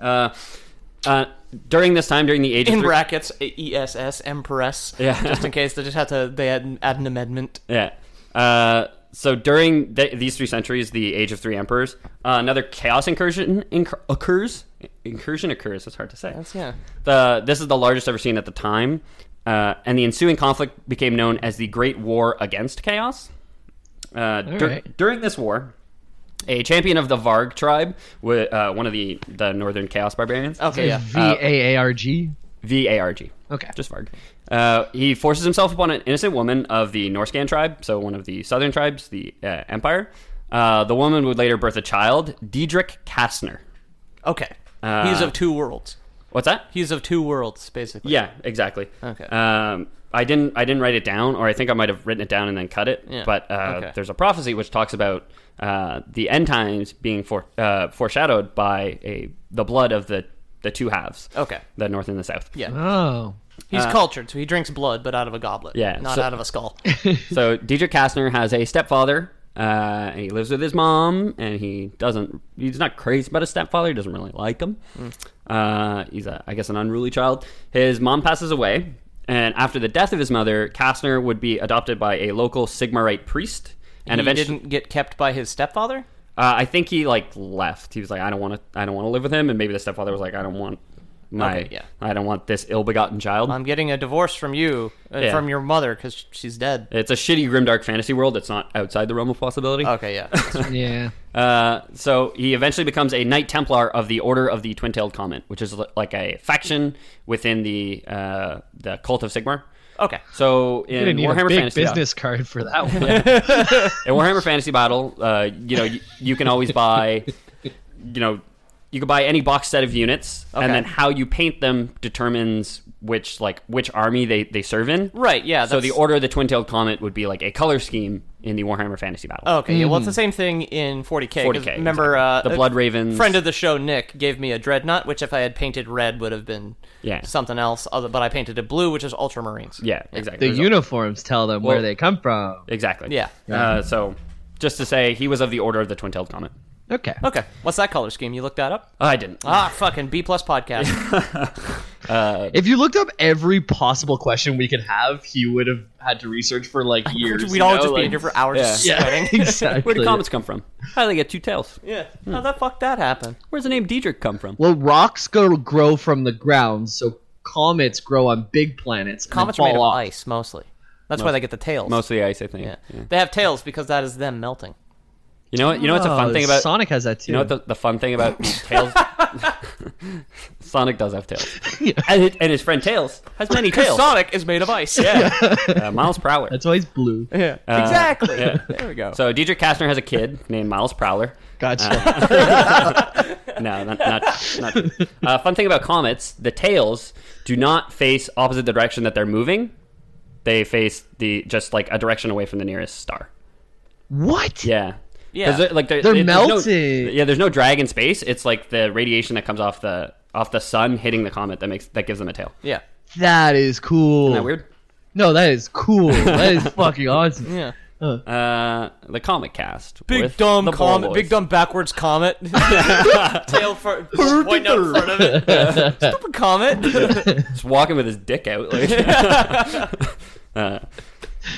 Speaker 2: uh, uh, during this time, during the age of
Speaker 3: In
Speaker 2: three-
Speaker 3: brackets, E ESS, Empress.
Speaker 2: Yeah.
Speaker 3: Just in case they just had to, they had add an amendment.
Speaker 2: Yeah. Uh, so during th- these three centuries, the Age of Three Emperors, uh, another chaos incursion inc- occurs. Incursion occurs. It's hard to say.
Speaker 3: yeah.
Speaker 2: The this is the largest ever seen at the time, uh, and the ensuing conflict became known as the Great War Against Chaos. Uh, dur-
Speaker 4: right.
Speaker 2: During this war, a champion of the Varg tribe, wi- uh, one of the the Northern Chaos Barbarians,
Speaker 3: Okay, yeah. uh,
Speaker 4: V A A R G.
Speaker 2: V A R G.
Speaker 4: Oh. Okay.
Speaker 2: Just Varg. Uh, he forces himself upon an innocent woman of the Norskan tribe, so one of the southern tribes, the uh, Empire. Uh, the woman would later birth a child, Diedrich Kastner.
Speaker 3: Okay.
Speaker 2: Uh,
Speaker 3: He's of two worlds.
Speaker 2: What's that?
Speaker 3: He's of two worlds, basically.
Speaker 2: Yeah, exactly.
Speaker 3: Okay.
Speaker 2: Um, I didn't. I didn't write it down, or I think I might have written it down and then cut it.
Speaker 3: Yeah.
Speaker 2: But uh,
Speaker 3: Okay.
Speaker 2: there's a prophecy which talks about uh, the end times being for, uh, foreshadowed by a the blood of the the two halves.
Speaker 3: Okay.
Speaker 2: The north and the south.
Speaker 3: Yeah.
Speaker 4: Oh.
Speaker 3: He's cultured, so he drinks blood, but out of a goblet.
Speaker 2: uh, Yeah,
Speaker 3: Not
Speaker 2: so-
Speaker 3: out of a skull.
Speaker 2: So Dietrich Kastner has a stepfather, uh, and he lives with his mom, and he doesn't. He's not crazy about his stepfather. He doesn't really like him.
Speaker 3: Hmm.
Speaker 2: Uh, he's, a, I guess, an unruly child. His mom passes away, and after the death of his mother, Kastner would be adopted by a local Sigmarite priest, and
Speaker 3: he
Speaker 2: eventually,
Speaker 3: didn't get kept by his stepfather?
Speaker 2: uh, I think he like left. He was like, I don't want to. I don't want to live with him, and maybe the stepfather was like, I don't want my.
Speaker 3: Okay, yeah.
Speaker 2: I don't want this ill-begotten child.
Speaker 3: I'm getting a divorce from you, uh,
Speaker 2: Yeah.
Speaker 3: from your mother, because she's dead.
Speaker 2: it's a shitty grimdark fantasy world. It's not outside the realm of possibility.
Speaker 3: Okay, yeah.
Speaker 4: Yeah.
Speaker 2: Uh, so he eventually becomes a Knight Templar of the Order of the Twin-Tailed Comet, which is li- like a faction within the uh, the Cult of Sigmar.
Speaker 3: okay.
Speaker 2: So in
Speaker 4: I need a
Speaker 2: Warhammer
Speaker 4: big
Speaker 2: Fantasy,
Speaker 4: business card for that one.
Speaker 2: in Warhammer Fantasy Battle, uh, you know, you, you can always buy, you know, you can buy any box set of units,
Speaker 3: Okay.
Speaker 2: and then how you paint them determines which like which army they they serve in.
Speaker 3: Right, yeah.
Speaker 2: So
Speaker 3: that's-
Speaker 2: the Order of the Twin-Tailed Comet would be like a color scheme in the Warhammer Fantasy Battle.
Speaker 3: Oh, okay, yeah, well, it's the
Speaker 2: Mm.
Speaker 3: same thing in 40K. 'cause
Speaker 2: 40K,
Speaker 3: Remember, uh,
Speaker 2: The
Speaker 3: a
Speaker 2: Blood Ravens.
Speaker 3: friend of the show, Nick, gave me a Dreadnought, which if I had painted red would have been
Speaker 2: Yeah.
Speaker 3: something else, other, but I painted it blue, which is Ultramarines.
Speaker 2: yeah, exactly.
Speaker 4: The
Speaker 2: There's a-
Speaker 4: uniforms tell them where they come from.
Speaker 2: exactly.
Speaker 3: Yeah.
Speaker 2: Uh, so just to say, he was of the Order of the Twin-tailed Comet.
Speaker 4: Okay.
Speaker 3: Okay, what's that color scheme? You looked that up?
Speaker 2: I didn't.
Speaker 3: Ah, fucking B plus podcast.
Speaker 4: If you looked up every possible question we could have, he would have had to research for like years.
Speaker 3: We'd all
Speaker 4: you know,
Speaker 3: just be
Speaker 4: like-
Speaker 3: in here for hours just
Speaker 4: Yeah,
Speaker 3: sweating.
Speaker 4: exactly.
Speaker 2: Where did comets come from? How do they get two tails?
Speaker 3: Yeah. How the fuck that happen?
Speaker 2: Where's the name Diedrich come from?
Speaker 4: Well, rocks go grow from the ground, so comets grow on big planets. and then
Speaker 3: Comets are made
Speaker 4: fall
Speaker 3: of
Speaker 4: off.
Speaker 3: ice mostly. That's why they get the tails.
Speaker 2: Mostly ice, I think.
Speaker 3: Yeah.
Speaker 2: Yeah.
Speaker 3: They have tails because that is them melting.
Speaker 2: You know what? You know what's a fun
Speaker 4: Oh,
Speaker 2: thing about
Speaker 4: Sonic has that too.
Speaker 2: You know what the, the fun thing about tails? Sonic does have tails, and, his, and his friend Tails has many tails.
Speaker 3: Sonic is made of ice.
Speaker 2: yeah, uh, Miles Prowler. Uh,
Speaker 4: That's why he's blue.
Speaker 3: yeah. Exactly. There we go.
Speaker 2: So Dietrich Kastner has a kid named Miles Prowler.
Speaker 4: Gotcha.
Speaker 2: No, not not. not true. Uh, fun thing about comets: the tails do not face opposite the direction that they're moving. They face the just like a direction away from the nearest star.
Speaker 4: what?
Speaker 2: Yeah.
Speaker 3: Yeah.
Speaker 2: 'Cause like
Speaker 4: They're
Speaker 2: there's no-
Speaker 4: melting.
Speaker 2: yeah, there's no drag in space. It's like the radiation that comes off the off the sun hitting the comet that makes that gives them a tail.
Speaker 3: yeah.
Speaker 4: That is cool.
Speaker 2: Isn't that weird?
Speaker 4: No, that is cool. that is fucking awesome.
Speaker 3: Yeah.
Speaker 2: Uh, the comic cast.
Speaker 3: Big
Speaker 2: with
Speaker 3: dumb
Speaker 2: the
Speaker 3: comet.
Speaker 2: Ball
Speaker 3: Big
Speaker 2: Boys.
Speaker 3: dumb backwards comet. Tail for point out in front of it. Stupid comet.
Speaker 2: Just walking with his dick out. Like. Uh,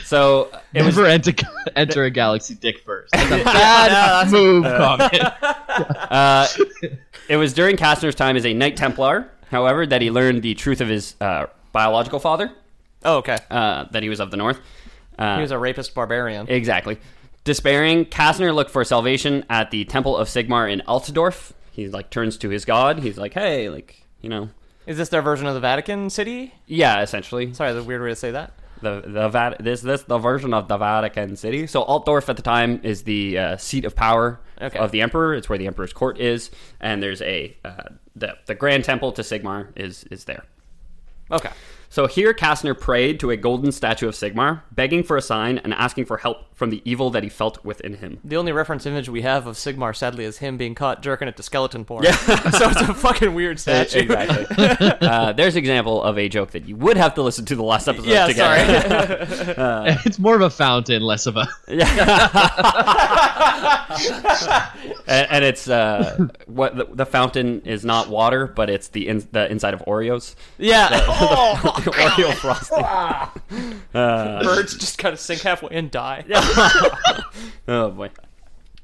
Speaker 2: so it was.
Speaker 4: Never enter, enter a galaxy dick first. That's a bad move, Comet.
Speaker 2: It was during Castner's time as a Knight Templar, however, that he learned the truth of his uh, biological father,
Speaker 3: oh, okay.
Speaker 2: uh, that he was of the North. Uh,
Speaker 3: He was a rapist barbarian.
Speaker 2: Exactly. Despairing, Kastner looked for salvation at the Temple of Sigmar in Altdorf. He like turns to his god. He's like, "Hey, like, you know,
Speaker 3: Is this their version of the Vatican City?
Speaker 2: yeah, essentially
Speaker 3: Sorry, the weird way to say that.
Speaker 2: the the Vat- this this the version of the Vatican City. So Altdorf at the time is the uh, seat of power
Speaker 3: Okay.
Speaker 2: of the emperor. It's where the emperor's court is, and there's a uh, the the grand temple to Sigmar is is there.
Speaker 3: Okay.
Speaker 2: So here, Kastner prayed to a golden statue of Sigmar, begging for a sign and asking for help from the evil that he felt within him.
Speaker 3: The only reference image we have of Sigmar, sadly, is him being caught jerking at the skeleton porn. Yeah. so it's a fucking weird statue.
Speaker 2: Exactly. uh, there's an example of a joke that you would have to listen to the last episode
Speaker 3: Yeah,
Speaker 2: to get.
Speaker 3: sorry.
Speaker 4: it's more of a fountain, less of a.
Speaker 2: and, and it's uh, what the, the fountain is not water, but it's the in, the inside of Oreos.
Speaker 3: yeah. Oh,
Speaker 2: Oreo frosting. Uh,
Speaker 3: birds just kind of sink halfway and die.
Speaker 2: Oh boy.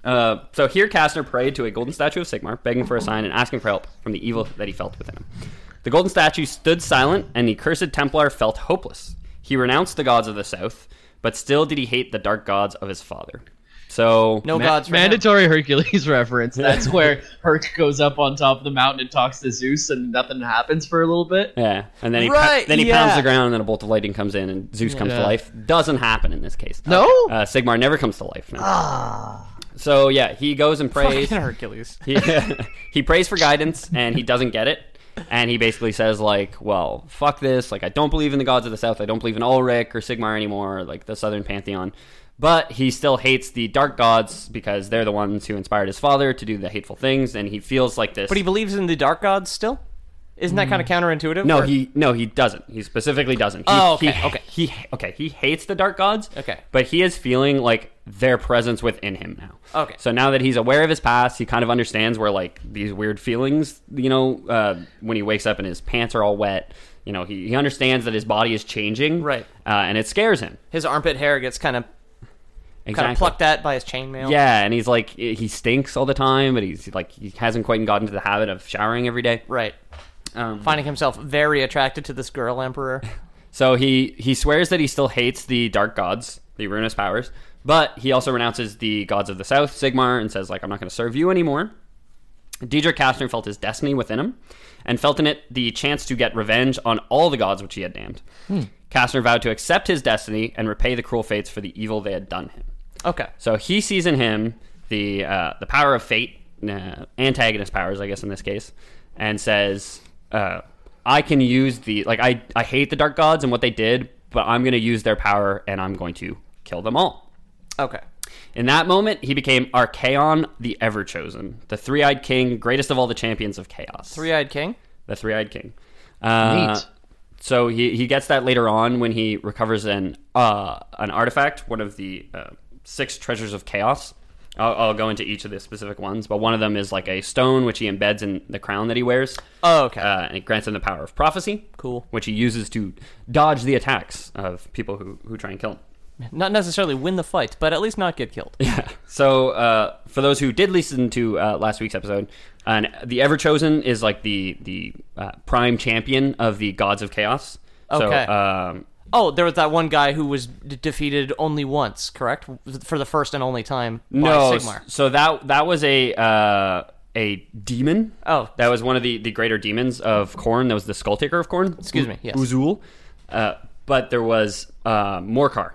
Speaker 2: Uh, so here, Kastner prayed to a golden statue of Sigmar, begging for a sign and asking for help from the evil that he felt within him. The golden statue stood silent, and the cursed Templar felt hopeless. He renounced the gods of the south, but still did he hate the dark gods of his father. So
Speaker 3: No gods for him.
Speaker 4: Mandatory Hercules reference. That's where Herc goes up on top of the mountain and talks to Zeus, and nothing happens for a little bit.
Speaker 2: Yeah, and then he
Speaker 3: Right,
Speaker 2: then he
Speaker 3: yeah.
Speaker 2: pounds the ground, and then a bolt of lightning comes in, and Zeus comes to
Speaker 4: Yeah.
Speaker 2: life. Doesn't happen in this case.
Speaker 4: No?
Speaker 2: uh, Sigmar never comes to life. no. So yeah, he goes and prays.
Speaker 3: Ah. Fucking Hercules.
Speaker 2: he, he prays for guidance and he doesn't get it and he basically says like well fuck this like i don't believe in the gods of the south i don't believe in ulric or sigmar anymore like the southern pantheon but he still hates the dark gods because they're the ones who inspired his father to do the hateful things and he feels like this
Speaker 3: But he believes in the dark gods still? Isn't that kind of counterintuitive?
Speaker 2: Mm. no
Speaker 3: Or-
Speaker 2: he no he doesn't he specifically doesn't he,
Speaker 3: Oh, okay,
Speaker 2: he,
Speaker 3: okay.
Speaker 2: he okay he hates the dark gods
Speaker 3: Okay.
Speaker 2: but he is feeling like their presence within him now
Speaker 3: Okay.
Speaker 2: so now that he's aware of his past he kind of understands where like these weird feelings you know uh, when he wakes up and his pants are all wet you know he, he understands that his body is changing
Speaker 3: Right.
Speaker 2: uh, and it scares him
Speaker 3: His armpit hair gets kind of kind
Speaker 2: exactly
Speaker 3: of plucked at by his chainmail.
Speaker 2: yeah and he's like he stinks all the time but he's like he hasn't quite gotten to the habit of showering every day
Speaker 3: Right. Finding himself very attracted to this girl emperor.
Speaker 2: So he he swears that he still hates the dark gods, the ruinous powers, but he also renounces the gods of the south, Sigmar, and says like I'm not going to serve you anymore. Diedrich Kastner felt his destiny within him, and felt in it the chance to get revenge on all the gods which he had damned. Kastner vowed to accept his destiny and repay the cruel fates for the evil they had done him.
Speaker 3: Okay.
Speaker 2: So he sees in him the uh, the power of fate, uh, antagonist powers, I guess in this case, and says, uh, "I can use the like I I hate the dark gods and what they did, but I'm going to use their power and I'm going to kill them all."
Speaker 3: Okay.
Speaker 2: In that moment, he became Archaon the Ever Chosen, the Three Eyed King, greatest of all the champions of chaos.
Speaker 3: Three Eyed King?
Speaker 2: the Three Eyed King. Uh,
Speaker 4: Neat.
Speaker 2: So he, he gets that later on when he recovers an uh, an artifact, one of the uh, six treasures of chaos. I'll, I'll go into each of the specific ones, but one of them is like a stone which he embeds in the crown that he wears.
Speaker 3: Oh, okay.
Speaker 2: Uh, and it grants him the power of prophecy.
Speaker 3: Cool.
Speaker 2: Which he uses to dodge the attacks of people who, who try and kill him.
Speaker 3: Not necessarily win the fight, but at least not get killed.
Speaker 2: So, uh, for those who did listen to uh, last week's episode, and the Ever Chosen is like the the uh, prime champion of the Gods of Chaos.
Speaker 3: Okay.
Speaker 2: So, um,
Speaker 3: Oh, there was that one guy who was d- defeated only once, correct? For the first and only time by
Speaker 2: no,
Speaker 3: Sigmar.
Speaker 2: s- so that that was a uh, a demon.
Speaker 3: Oh.
Speaker 2: that was one of the the greater demons of Corn. That was the Skull Taker of Corn.
Speaker 3: Excuse me, yes.
Speaker 2: Uzul. Uh, but there was uh, Morcar,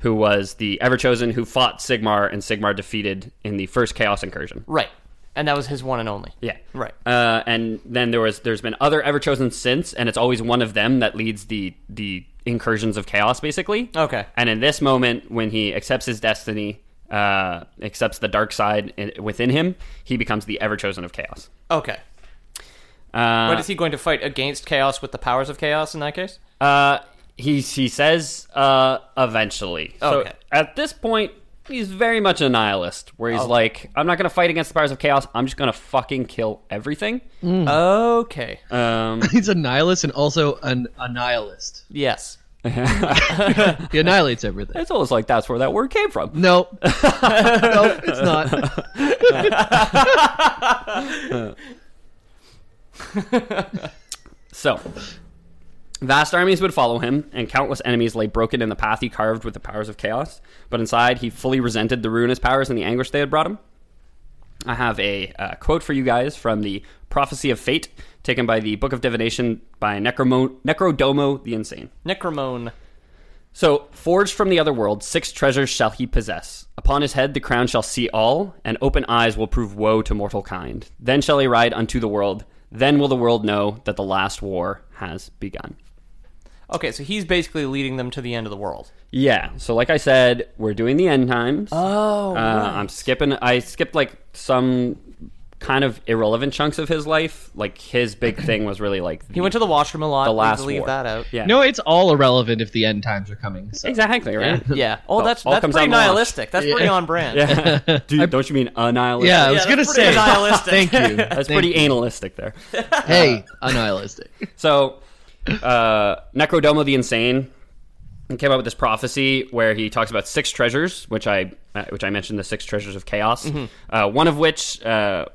Speaker 2: who was the Ever Chosen, who fought Sigmar, and Sigmar defeated in the first Chaos incursion.
Speaker 3: Right. And that was his one and only.
Speaker 2: Yeah.
Speaker 3: Right.
Speaker 2: Uh, and then there was there's been other ever chosen since, and it's always one of them that leads the the incursions of chaos, basically.
Speaker 3: Okay.
Speaker 2: And in this moment, when he accepts his destiny, uh, accepts the dark side in, within him, he becomes the ever chosen of chaos.
Speaker 3: Okay.
Speaker 2: Uh,
Speaker 3: But is he going to fight against chaos with the powers of chaos in that case?
Speaker 2: uh, he he says uh, eventually.
Speaker 3: Okay.
Speaker 2: So at this point. He's very much a nihilist, where
Speaker 3: Oh.
Speaker 2: he's like, "I'm not gonna fight against the powers of chaos. I'm just gonna fucking kill everything."
Speaker 3: Mm. Hmm. Okay.
Speaker 2: Um,
Speaker 4: He's a nihilist and also an a nihilist.
Speaker 3: yes.
Speaker 4: He annihilates everything.
Speaker 2: it's almost like that's where that word came from.
Speaker 4: No, no, it's not.
Speaker 2: So, vast armies would follow him, and countless enemies lay broken in the path he carved with the powers of chaos. But inside, he fully resented the ruinous powers and the anguish they had brought him. I have a uh, quote for you guys from the Prophecy of Fate, taken by the Book of Divination by Necromo- Necrodomo the Insane.
Speaker 3: Necromone.
Speaker 2: So, forged from the other world, six treasures shall he possess. Upon his head the crown shall see all, and open eyes will prove woe to mortal kind. Then shall he ride unto the world. Then will the world know that the last war has begun.
Speaker 3: Okay, so he's basically leading them to the end of the world.
Speaker 2: Yeah. So, like I said, we're doing the end times. Oh. I'm skipping. I skipped like some kind of irrelevant chunks of his life. Like his big thing was really like
Speaker 3: He went to the washroom a lot.
Speaker 2: the
Speaker 3: we
Speaker 2: last
Speaker 3: can leave
Speaker 2: war.
Speaker 3: that out.
Speaker 2: Yeah.
Speaker 4: No, it's all irrelevant if the end times are coming. So.
Speaker 2: Exactly. Right.
Speaker 3: Yeah. Oh, that's
Speaker 2: all
Speaker 3: that's
Speaker 2: comes
Speaker 3: pretty
Speaker 2: out in the wash.
Speaker 3: nihilistic. That's pretty on brand.
Speaker 2: Dude, don't you mean annihilation?
Speaker 4: Yeah, I was
Speaker 3: that's
Speaker 4: gonna
Speaker 3: pretty
Speaker 4: say.
Speaker 3: nihilistic.
Speaker 4: Thank you.
Speaker 2: That's pretty analistic there.
Speaker 4: Hey, a nihilistic.
Speaker 2: So, uh, Necrodomo the Insane he came up with this prophecy where he talks about six treasures, which I uh, which I mentioned the six treasures of chaos. Uh, one of which, uh,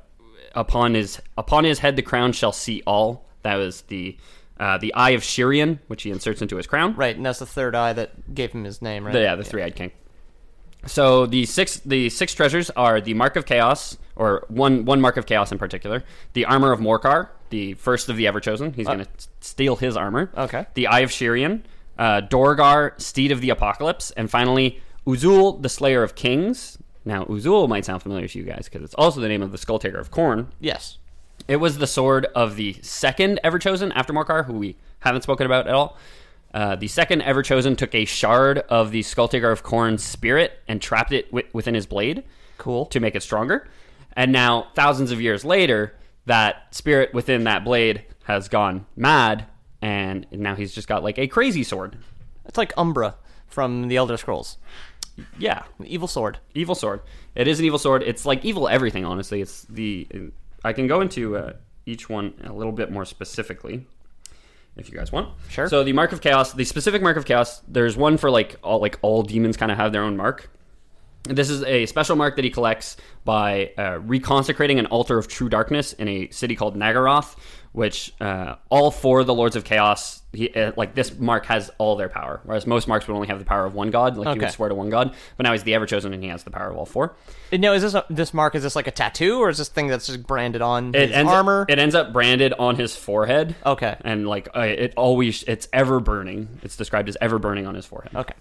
Speaker 2: upon his upon his head, the crown shall see all. That was the uh, the eye of Shirian, which he inserts into his crown.
Speaker 3: Right, and that's the third eye that gave him his name, right?
Speaker 2: The- yeah, the three eyed king. So the six the six treasures are the mark of chaos, or one one mark of chaos in particular. The armor of Morcar, the first of the ever chosen. He's going to steal his armor.
Speaker 3: Okay.
Speaker 2: The eye of Shirian, uh, Dorgar, steed of the apocalypse, and finally Uzul, the slayer of kings. Now Uzul might sound familiar to you guys because it's also the name of the skull taker of Korn.
Speaker 3: Yes.
Speaker 2: It was the sword of the second ever chosen after Morcar, who we haven't spoken about at all. Uh, the second ever chosen took a shard of the Skulltaker of Korn's spirit and trapped it wi- within his blade.
Speaker 3: Cool.
Speaker 2: To make it stronger. And now, thousands of years later, that spirit within that blade has gone mad, and now he's just got like a crazy sword.
Speaker 3: It's like Umbra from the Elder Scrolls.
Speaker 2: Yeah,
Speaker 3: The evil sword.
Speaker 2: evil sword. It is an evil sword. It's like evil everything, honestly. It's the. I can go into uh, each one a little bit more specifically. if you guys want.
Speaker 3: Sure.
Speaker 2: So the mark of chaos, the specific mark of chaos, there's one for like all like all demons kind of have their own mark. This is a special mark that he collects by uh, reconsecrating an altar of true darkness in a city called Nagaroth, which uh, all four of the lords of chaos, he, uh, like this mark has all their power, whereas most marks would only have the power of one god, like he
Speaker 3: Okay.
Speaker 2: would swear to one god. But now he's the ever chosen, and he has the power of all four.
Speaker 3: Now, is this a, this mark? Is this like a tattoo, or is this thing that's just branded on
Speaker 2: It
Speaker 3: his
Speaker 2: ends
Speaker 3: armor?
Speaker 2: It ends up branded on his forehead.
Speaker 3: Okay.
Speaker 2: and like uh, it always, it's ever burning. It's described as ever burning on his forehead.
Speaker 3: okay.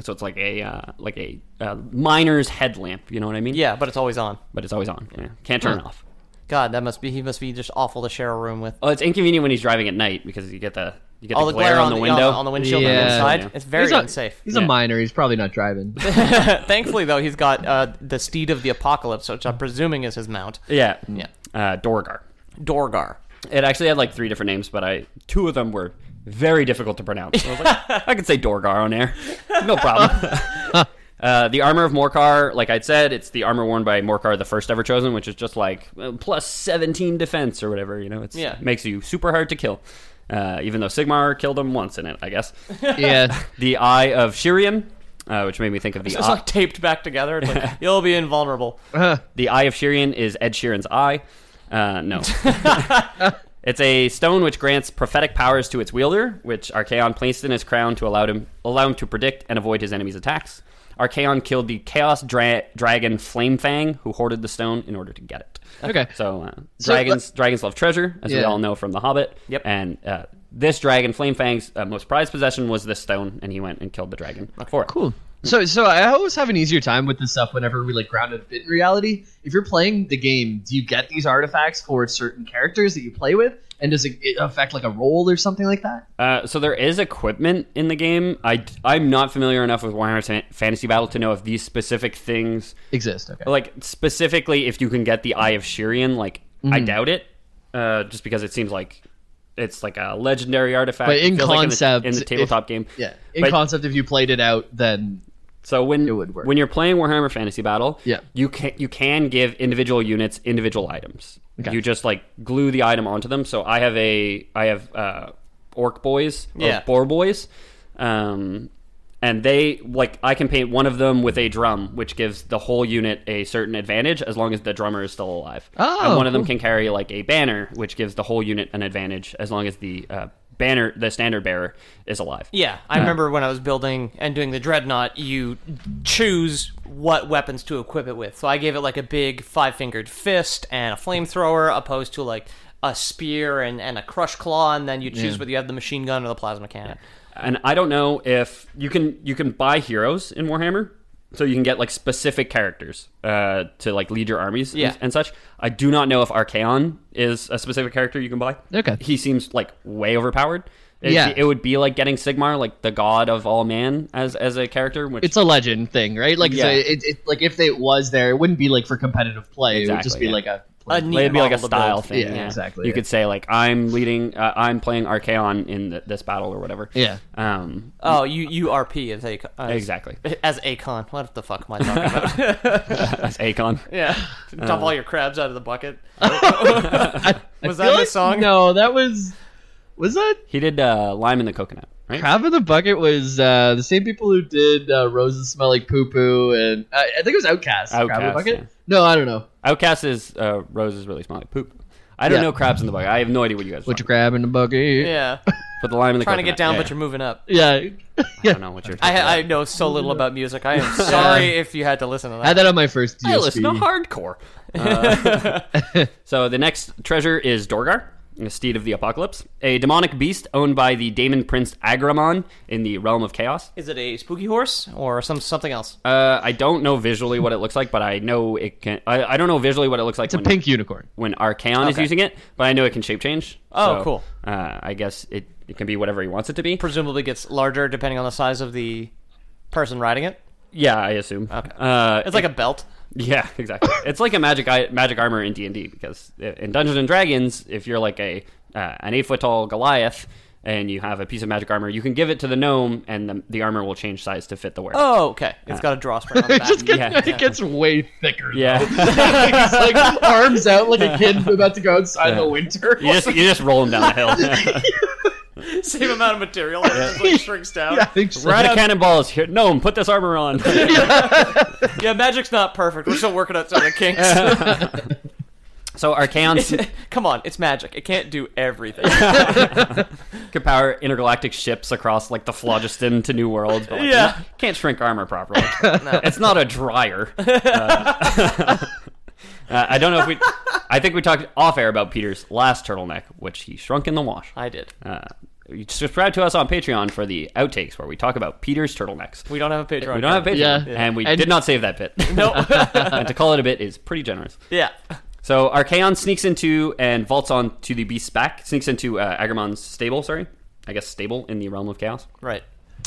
Speaker 2: So it's like a uh, like a uh, miner's headlamp. You know what I mean?
Speaker 3: Yeah, but it's always on.
Speaker 2: But it's always on. Yeah. Can't turn it off.
Speaker 3: God, that must be he must be just awful to share a room with.
Speaker 2: Oh, it's inconvenient when he's driving at night because you get the You get the glare, on the, window,
Speaker 3: on, the windshield on the
Speaker 4: Yeah.
Speaker 3: inside. It's very
Speaker 4: he's a-
Speaker 3: unsafe.
Speaker 4: He's
Speaker 2: Yeah.
Speaker 4: a minor. He's probably not driving.
Speaker 3: Thankfully, though, he's got uh, the steed of the apocalypse, which I'm presuming is his mount,
Speaker 2: Yeah,
Speaker 3: Yeah.
Speaker 2: Uh, Dorgar.
Speaker 3: Dorgar.
Speaker 2: It actually had like three different names, but I two of them were very difficult to pronounce. I was like, I could say Dorgar on air, no problem. Uh, the armor of Morcar, like I'd said, it's the armor worn by Morcar, the first ever chosen, which is just like uh, plus 17 defense or whatever. You know, it's
Speaker 3: Yeah.
Speaker 2: makes you super hard to kill, uh, even though Sigmar killed him once in it, I guess.
Speaker 4: yeah.
Speaker 2: the Eye of Shirian, uh, which made me think of the
Speaker 3: It's
Speaker 2: Eye-
Speaker 3: like taped back together. It's like, you'll be invulnerable.
Speaker 2: The Eye of Shirian is Ed Sheeran's eye. Uh, no. it's a stone which grants prophetic powers to its wielder, which Archaon placed in his crown to allow him, allow him to predict and avoid his enemy's attacks. Archaon killed the Chaos dra- Dragon Flamefang, who hoarded the stone in order to get it.
Speaker 4: Okay.
Speaker 2: So, uh,
Speaker 4: So,
Speaker 2: dragons dragons love treasure, as we
Speaker 4: Yeah.
Speaker 2: all know from The Hobbit.
Speaker 3: Yep.
Speaker 2: And uh, this dragon, Flamefang's uh, most prized possession was this stone, and he went and killed the dragon for it.
Speaker 4: Cool. So, so I always have an easier time with this stuff whenever we like ground it a bit in reality. If you're playing the game, do you get these artifacts for certain characters that you play with, and does it it affect like a role or something like that?
Speaker 2: Uh, so there is equipment in the game. I am not familiar enough with Warhammer Fan- Fantasy Battle to know if these specific things,
Speaker 4: Exist. Okay.
Speaker 2: like specifically if you can get the Eye of Shirian. Like I
Speaker 4: Mm-hmm.
Speaker 2: doubt it, uh, just because it seems like it's like a legendary artifact.
Speaker 4: But in
Speaker 2: It feels like
Speaker 4: concept,
Speaker 2: in the,
Speaker 4: if-
Speaker 2: tabletop game,
Speaker 4: yeah. In
Speaker 2: But-
Speaker 4: concept, if you played it out, then
Speaker 2: So when
Speaker 4: It would work.
Speaker 2: when you're playing Warhammer Fantasy Battle,
Speaker 4: Yeah.
Speaker 2: you can you can give individual units individual items. You just like glue the item onto them. So I have a I have uh, orc boys, or
Speaker 3: Yeah.
Speaker 2: boar boys, um, and they like I can paint one of them with a drum, which gives the whole unit a certain advantage as long as the drummer is still alive.
Speaker 4: Oh,
Speaker 2: and one of them can carry like a banner, which gives the whole unit an advantage as long as the uh, banner the standard bearer is alive.
Speaker 3: Yeah, I remember when I was building and doing the dreadnought, you choose what weapons to equip it with. So I gave it like a big five fingered fist and a flamethrower, opposed to like a spear and, and a crush claw, and then you choose whether you have the machine gun or the plasma cannon.
Speaker 2: and I don't know if you can you can buy heroes in Warhammer, so you can get like specific characters uh, to like lead your armies
Speaker 3: Yeah.
Speaker 2: and, and such. I do not know if Archaon is a specific character you can buy.
Speaker 4: Okay.
Speaker 2: he seems like way overpowered. It,
Speaker 4: Yeah.
Speaker 2: it would be like getting Sigmar, like the god of all man, as as a character. Which
Speaker 4: it's a legend thing, right? Like,
Speaker 2: Yeah.
Speaker 4: it's a, it, it, like if it was there, it wouldn't be like for competitive play. it would just
Speaker 2: Exactly,
Speaker 4: be
Speaker 2: yeah.
Speaker 4: like a.
Speaker 3: A
Speaker 4: play-
Speaker 3: neat
Speaker 2: It'd be like a
Speaker 3: model to build.
Speaker 2: style thing.
Speaker 4: Yeah,
Speaker 2: Yeah,
Speaker 4: exactly,
Speaker 2: You
Speaker 4: yeah.
Speaker 2: could say like I'm leading, uh, I'm playing Archaon in th this battle or whatever.
Speaker 4: Yeah.
Speaker 2: Um.
Speaker 3: Oh, you URP as a uh,
Speaker 2: Exactly.
Speaker 3: as Akon. What the fuck am I talking about?
Speaker 2: That's Akon.
Speaker 3: yeah,
Speaker 2: Uh.
Speaker 3: dump all your crabs out of the bucket. was
Speaker 4: I
Speaker 3: that
Speaker 4: feel
Speaker 3: the
Speaker 4: like-
Speaker 3: song?
Speaker 4: No, that was. Was that
Speaker 2: He did uh, lime in the coconut. Right.
Speaker 4: Crab in the Bucket? Was uh, the same people who did uh, Roses Smell Like Poo Poo and uh, I think it was Outcast. Crab in the
Speaker 2: Outkast,
Speaker 4: Bucket.
Speaker 2: yeah.
Speaker 4: No, I don't know.
Speaker 2: Outcast is uh, roses really smell like poop. I don't
Speaker 4: Yeah.
Speaker 2: know crabs in the bucket. I have no idea what you guys.
Speaker 4: Put
Speaker 2: Which
Speaker 4: your crab in the bucket.
Speaker 3: Yeah,
Speaker 2: put the lime in the
Speaker 3: trying to
Speaker 2: coconut.
Speaker 3: get down,
Speaker 2: Yeah,
Speaker 3: but you're moving up.
Speaker 4: Yeah.
Speaker 2: yeah. I don't know what you're. Talking
Speaker 3: I, I
Speaker 2: about.
Speaker 3: know so little about music. I am sorry if you had to listen to
Speaker 4: I
Speaker 3: that.
Speaker 4: had that on my first DSP.
Speaker 2: I listen to hardcore. Uh, so the next treasure is Dorgar, the steed of the apocalypse, a demonic beast owned by the Daemon Prince Agramon in the realm of chaos.
Speaker 3: Is it a spooky horse or some something else?
Speaker 2: Uh, I don't know visually what it looks like, but I know it can. I, I don't know visually what it looks like.
Speaker 4: It's a
Speaker 2: when,
Speaker 4: pink unicorn.
Speaker 2: when Archaon is using it, but I know it can shape change.
Speaker 3: Oh,
Speaker 2: So,
Speaker 3: cool.
Speaker 2: Uh, I guess it, it can be whatever he wants it to be.
Speaker 3: Presumably gets larger depending on the size of the person riding it.
Speaker 2: Yeah, I assume. Uh,
Speaker 3: It's like a belt.
Speaker 2: Yeah, exactly. it's like a magic i- magic armor in D anD D because i- in Dungeons and Dragons, if you're like a uh, an eight foot tall Goliath and you have a piece of magic armor, you can give it to the gnome, and the, the armor will change size to fit the wearer.
Speaker 3: Oh, okay. It's got a drawstring on the back.
Speaker 4: Just get-
Speaker 2: yeah.
Speaker 4: It gets way thicker.
Speaker 2: Yeah,
Speaker 4: It's like arms out like a kid about to go outside in the winter.
Speaker 2: you just you just roll him down the hill.
Speaker 3: Same amount of material. It just like shrinks down.
Speaker 4: I
Speaker 3: Yeah.
Speaker 4: think so.
Speaker 2: We're out of cannonballs here. Gnome, put this armor on.
Speaker 3: magic's not perfect. We're still working out some of the kinks.
Speaker 2: so Archaon's
Speaker 3: Come on, it's magic. It can't do everything.
Speaker 2: could power intergalactic ships across like the phlogiston to new worlds but like,
Speaker 3: Yeah.
Speaker 2: no- can't shrink armor properly it's not a dryer Uh, uh, i don't know if we i think we talked off air about peter's last turtleneck which he shrunk in the wash
Speaker 3: I did.
Speaker 2: uh, you subscribe to us on patreon for the outtakes where we talk about peter's turtlenecks
Speaker 3: We don't have a Patreon.
Speaker 2: we don't have patreon
Speaker 4: Yeah.
Speaker 2: and we
Speaker 4: And-
Speaker 2: did not save that bit
Speaker 3: No.
Speaker 2: and to call it a bit is pretty generous
Speaker 3: yeah.
Speaker 2: so Archaon sneaks into and vaults on to the beast's back, sneaks into uh, Agramon's stable, sorry, I guess, stable in the realm of chaos.
Speaker 3: Right.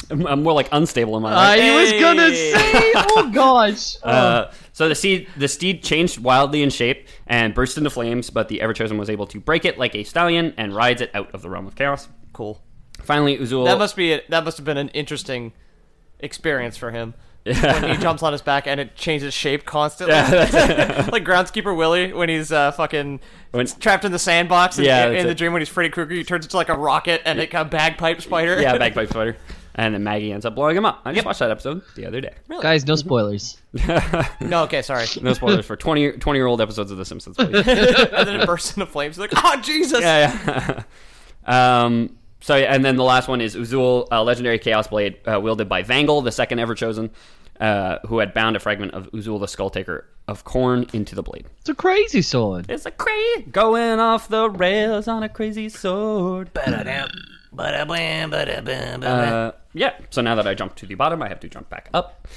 Speaker 2: I'm more like unstable in my life.
Speaker 4: I was gonna
Speaker 3: Hey.
Speaker 4: say, oh gosh.
Speaker 2: Uh, so the seed, the steed changed wildly in shape and burst into flames, but the Ever Chosen was able to break it like a stallion and rides it out of the realm of chaos.
Speaker 3: Cool.
Speaker 2: Finally, Uzul.
Speaker 3: That must be it. That must have been an interesting experience for him. when he jumps on his back and it changes shape constantly, like groundskeeper Willie when he's uh, fucking
Speaker 2: When-
Speaker 3: trapped in the sandbox in,
Speaker 2: Yeah,
Speaker 3: in,
Speaker 2: that's
Speaker 3: the
Speaker 2: it.
Speaker 3: dream when he's Freddy Krueger, he turns into like a rocket and it kind of bagpipe spider.
Speaker 2: yeah, bagpipe spider. And then Maggie ends up blowing him up. I just watched that episode the other day.
Speaker 4: Guys, no spoilers.
Speaker 3: no, okay, sorry.
Speaker 2: No spoilers for 20, 20 year old episodes of The Simpsons, please.
Speaker 3: and then it bursts into flames. Like, oh Jesus!
Speaker 2: yeah, yeah. um, so, yeah, and then the last one is Uzul, a legendary Chaos Blade uh, wielded by Vangle, the second ever chosen, uh, who had bound a fragment of Uzul, the Skull Taker of Corn, into the blade.
Speaker 4: It's a crazy sword.
Speaker 2: It's a crazy going off the rails on a crazy sword. Uh, yeah. So now that I jumped to the bottom, I have to jump back up.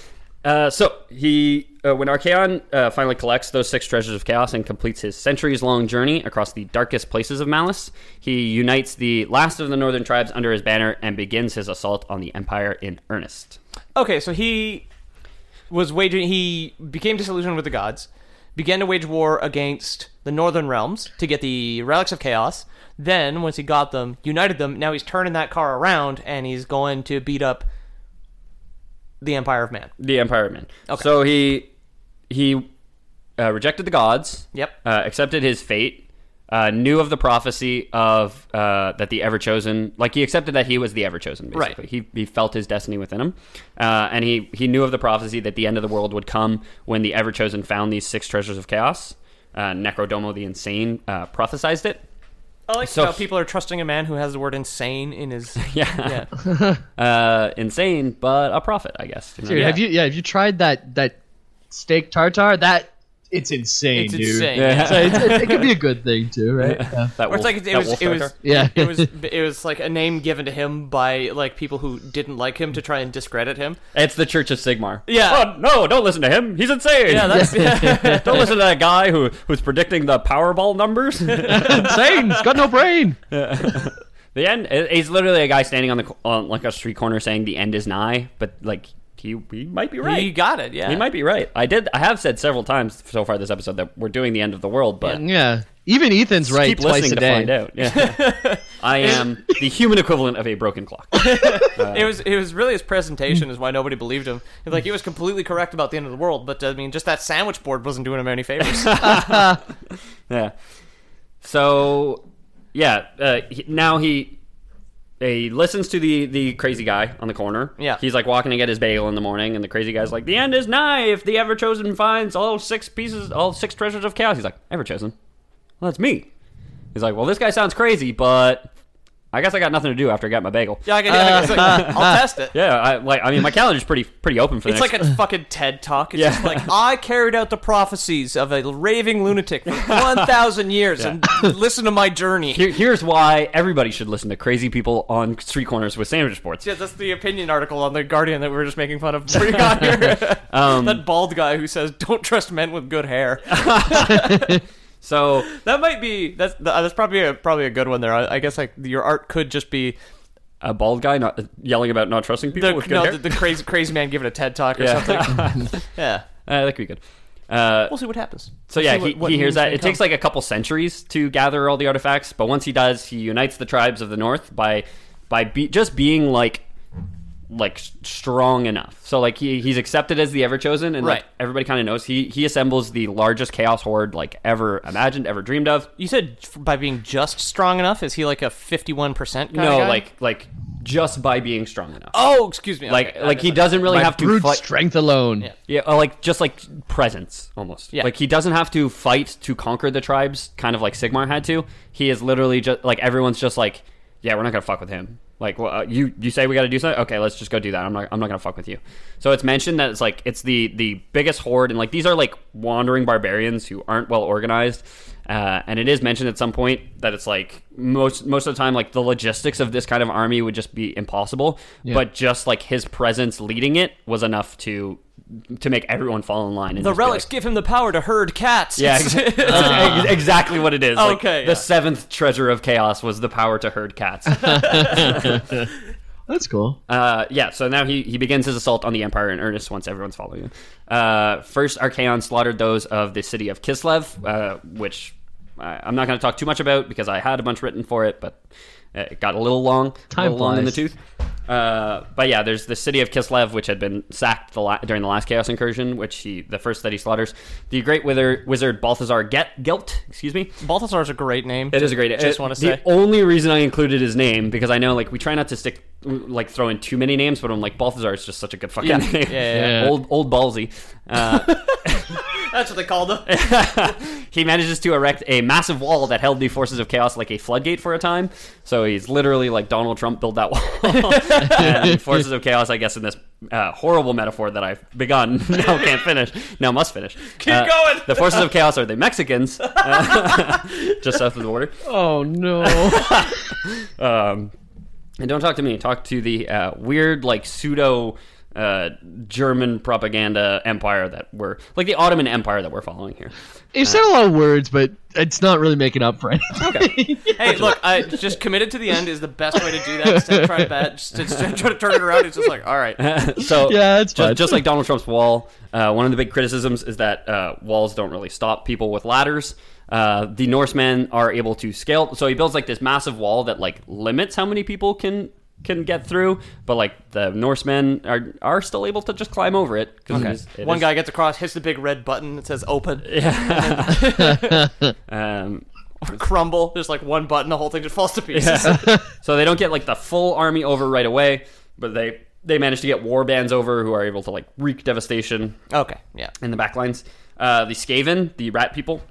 Speaker 2: Uh, so he, uh, when Archaon uh, finally collects those six treasures of chaos and completes his centuries-long journey across the darkest places of Malice, he unites the last of the northern tribes under his banner and begins his assault on the Empire in earnest.
Speaker 3: Okay, so he was waging. He became disillusioned with the gods, began to wage war against the northern realms to get the relics of chaos. Then, once he got them, united them. Now he's turning that car around and he's going to beat up the Empire of Man.
Speaker 2: The Empire of Men. So he he uh, rejected the gods.
Speaker 3: Yep.
Speaker 2: Uh, accepted his fate. Uh, knew of the prophecy of uh, that the ever chosen, like he accepted that he was the ever chosen. Basically,
Speaker 3: Right.
Speaker 2: he he felt his destiny within him, uh, and he he knew of the prophecy that the end of the world would come when the ever chosen found these six treasures of chaos. Uh, Necrodomo the Insane uh, prophesized it.
Speaker 3: I like
Speaker 2: So
Speaker 3: how
Speaker 2: he-
Speaker 3: people are trusting a man who has the word insane in his.
Speaker 2: Yeah, uh, insane, but a prophet, I guess. you know?
Speaker 4: Dude, have you yeah, have you tried that that steak tartare? That it's insane,
Speaker 3: It's
Speaker 4: dude.
Speaker 3: insane.
Speaker 4: So it's, it, it could be a good thing too, right? Yeah.
Speaker 2: That
Speaker 3: Or
Speaker 2: wolf-
Speaker 3: it's like it
Speaker 2: that
Speaker 3: was
Speaker 2: wolf
Speaker 3: it was
Speaker 2: doctor?
Speaker 4: Yeah.
Speaker 3: it was it was like a name given to him by like people who didn't like him to try and discredit him.
Speaker 2: It's the Church of Sigmar.
Speaker 3: Yeah.
Speaker 2: Oh no! Don't listen to him. He's insane.
Speaker 3: Yeah, that's
Speaker 2: don't listen to that guy who who's predicting the Powerball numbers. the
Speaker 4: insane. It's got no brain.
Speaker 2: end. it- He's literally a guy standing on the co- on like a street corner saying the end is nigh, but like he he might be right.
Speaker 3: he got it. Yeah,
Speaker 2: He might be right. I did. I have said several times so far this episode that we're doing the end of the world, but
Speaker 4: Yeah. Even Ethan's right
Speaker 2: keep
Speaker 4: twice
Speaker 2: listening
Speaker 4: a
Speaker 2: to
Speaker 4: day.
Speaker 2: find out. Yeah. I am the human equivalent of a broken clock.
Speaker 3: It was it was really his presentation is why nobody believed him. Like he was completely correct about the end of the world, but I mean, just that sandwich board wasn't doing him any favors.
Speaker 2: Yeah. So, yeah. Uh, he, now he he listens to the the crazy guy on the corner.
Speaker 3: Yeah.
Speaker 2: He's like walking to get his bagel in the morning, and the crazy guy's like, "The end is nigh. If the ever chosen finds all six pieces, all six treasures of chaos." He's like, "Ever chosen? Well, that's me." He's like, "Well, this guy sounds crazy, but I guess I got nothing to do after I got my bagel."
Speaker 3: yeah, I can, yeah, I guess, like, I'll test it.
Speaker 2: Yeah. I like. I mean, my calendar's pretty pretty open for the
Speaker 3: It's
Speaker 2: next
Speaker 3: like a fucking TED talk. It's
Speaker 2: Yeah.
Speaker 3: just like I carried out the prophecies of a raving lunatic for one thousand years, and listen to my journey.
Speaker 2: Here- here's why everybody should listen to crazy people on street corners with sandwich boards.
Speaker 3: Yeah, that's the opinion article on the Guardian that we were just making fun of before you got here.
Speaker 2: Um,
Speaker 3: that bald guy who says, "Don't trust men with good hair."
Speaker 2: So
Speaker 3: That might be that's that's probably a, probably a good one there. I, I guess like your art could just be
Speaker 2: a bald guy not yelling about not trusting people
Speaker 3: the,
Speaker 2: with good
Speaker 3: no,
Speaker 2: hair.
Speaker 3: the, the crazy crazy man giving a TED talk or
Speaker 2: Yeah.
Speaker 3: something. yeah,
Speaker 2: Uh, that could be good. Uh,
Speaker 3: we'll see what happens.
Speaker 2: so yeah, he, he hears that. It takes like a couple centuries to gather all the artifacts, but once he does, he unites the tribes of the north by by be, just being like like s- strong enough. So like he he's accepted as the ever chosen, and like
Speaker 3: Right.
Speaker 2: everybody kind of knows he he assembles the largest chaos horde like ever imagined, ever dreamed of.
Speaker 3: you said f- by being just strong enough. Is he like a fifty-one percent?
Speaker 2: No, like like just by being strong enough.
Speaker 3: oh, excuse me.
Speaker 2: like
Speaker 3: Okay, I
Speaker 2: like he
Speaker 3: misunderstood.
Speaker 2: doesn't really
Speaker 4: By
Speaker 2: have to
Speaker 4: brute
Speaker 2: fight.
Speaker 4: strength alone.
Speaker 2: Yeah, or like just like presence almost.
Speaker 3: Yeah.
Speaker 2: Like he doesn't have to fight to conquer the tribes, kind of like Sigmar had to. He is literally just like everyone's just like, yeah, we're not gonna fuck with him. Like, well, uh, you you say we got to do something? Okay, let's just go do that. I'm not I'm not gonna fuck with you. So it's mentioned that it's like it's the the biggest horde, and like these are like wandering barbarians who aren't well organized. Uh, and it is mentioned at some point that it's like most most of the time like the logistics of this kind of army would just be impossible. But just like his presence leading it was enough to to make everyone fall in line. And
Speaker 3: The
Speaker 2: just be like-
Speaker 3: relics give him the power to herd cats.
Speaker 2: yeah, ex- that's ex- exactly what it is. Like,
Speaker 3: Okay, yeah.
Speaker 2: the seventh treasure of chaos was the power to herd cats.
Speaker 4: That's cool.
Speaker 2: Uh, yeah, so now he, he begins his assault on the Empire in earnest once everyone's following him. Uh, first, Archaon slaughtered those of the city of Kislev, uh, which I, I'm not going to talk too much about because I had a bunch written for it, but it got a little long, a
Speaker 4: Time
Speaker 2: little long in the
Speaker 4: flies.
Speaker 2: tooth. Uh, but yeah, there's the city of Kislev, which had been sacked the la- during the last Chaos incursion, which he the first that he slaughters. The great wither- wizard Balthazar Get- Gelt, excuse me,
Speaker 3: Balthazar's a great name.
Speaker 2: it is a great.
Speaker 3: Just
Speaker 2: uh,
Speaker 3: want to
Speaker 2: the
Speaker 3: say.
Speaker 2: only reason I included his name because I know like we try not to stick like throw in too many names, but I'm like Balthazar is just such a good fucking name.
Speaker 3: yeah,
Speaker 4: yeah.
Speaker 2: Old old ballsy. Uh,
Speaker 3: That's what they called him.
Speaker 2: he manages to erect a massive wall that held the forces of chaos like a floodgate for a time. So he's literally like Donald Trump built that wall. and the forces of chaos, I guess, in this uh, horrible metaphor that I've begun now can't finish now must finish. Keep
Speaker 3: going.
Speaker 2: The forces of chaos are the Mexicans, uh, just south of the border.
Speaker 4: Oh no.
Speaker 2: Um, and don't talk to me. Talk to the uh, weird, like pseudo uh, German propaganda empire that we're like the Ottoman Empire that we're following here.
Speaker 4: You said a lot of words, but it's not really making up for anything.
Speaker 3: Hey, look, I just committed to the end is the best way to do that. Instead of trying to, bat, just, instead of trying to turn it around, it's just like, all right.
Speaker 2: So
Speaker 4: Yeah, it's
Speaker 2: just,
Speaker 4: fine.
Speaker 2: just like Donald Trump's wall. Uh, one of the big criticisms is that uh, walls don't really stop people with ladders. Uh, the Norsemen are able to scale, so he builds like this massive wall that like limits how many people can can get through. But like the Norsemen are are still able to just climb over it. 'cause it is- it
Speaker 3: One
Speaker 2: is-
Speaker 3: guy gets across, hits the big red button that says open,
Speaker 2: Um,
Speaker 3: crumble. There's like one button, the whole thing just falls to pieces.
Speaker 2: So they don't get like the full army over right away, but they they manage to get war bands over who are able to like wreak devastation
Speaker 3: Okay, yeah.
Speaker 2: in the back lines. Uh, the Skaven, the rat people,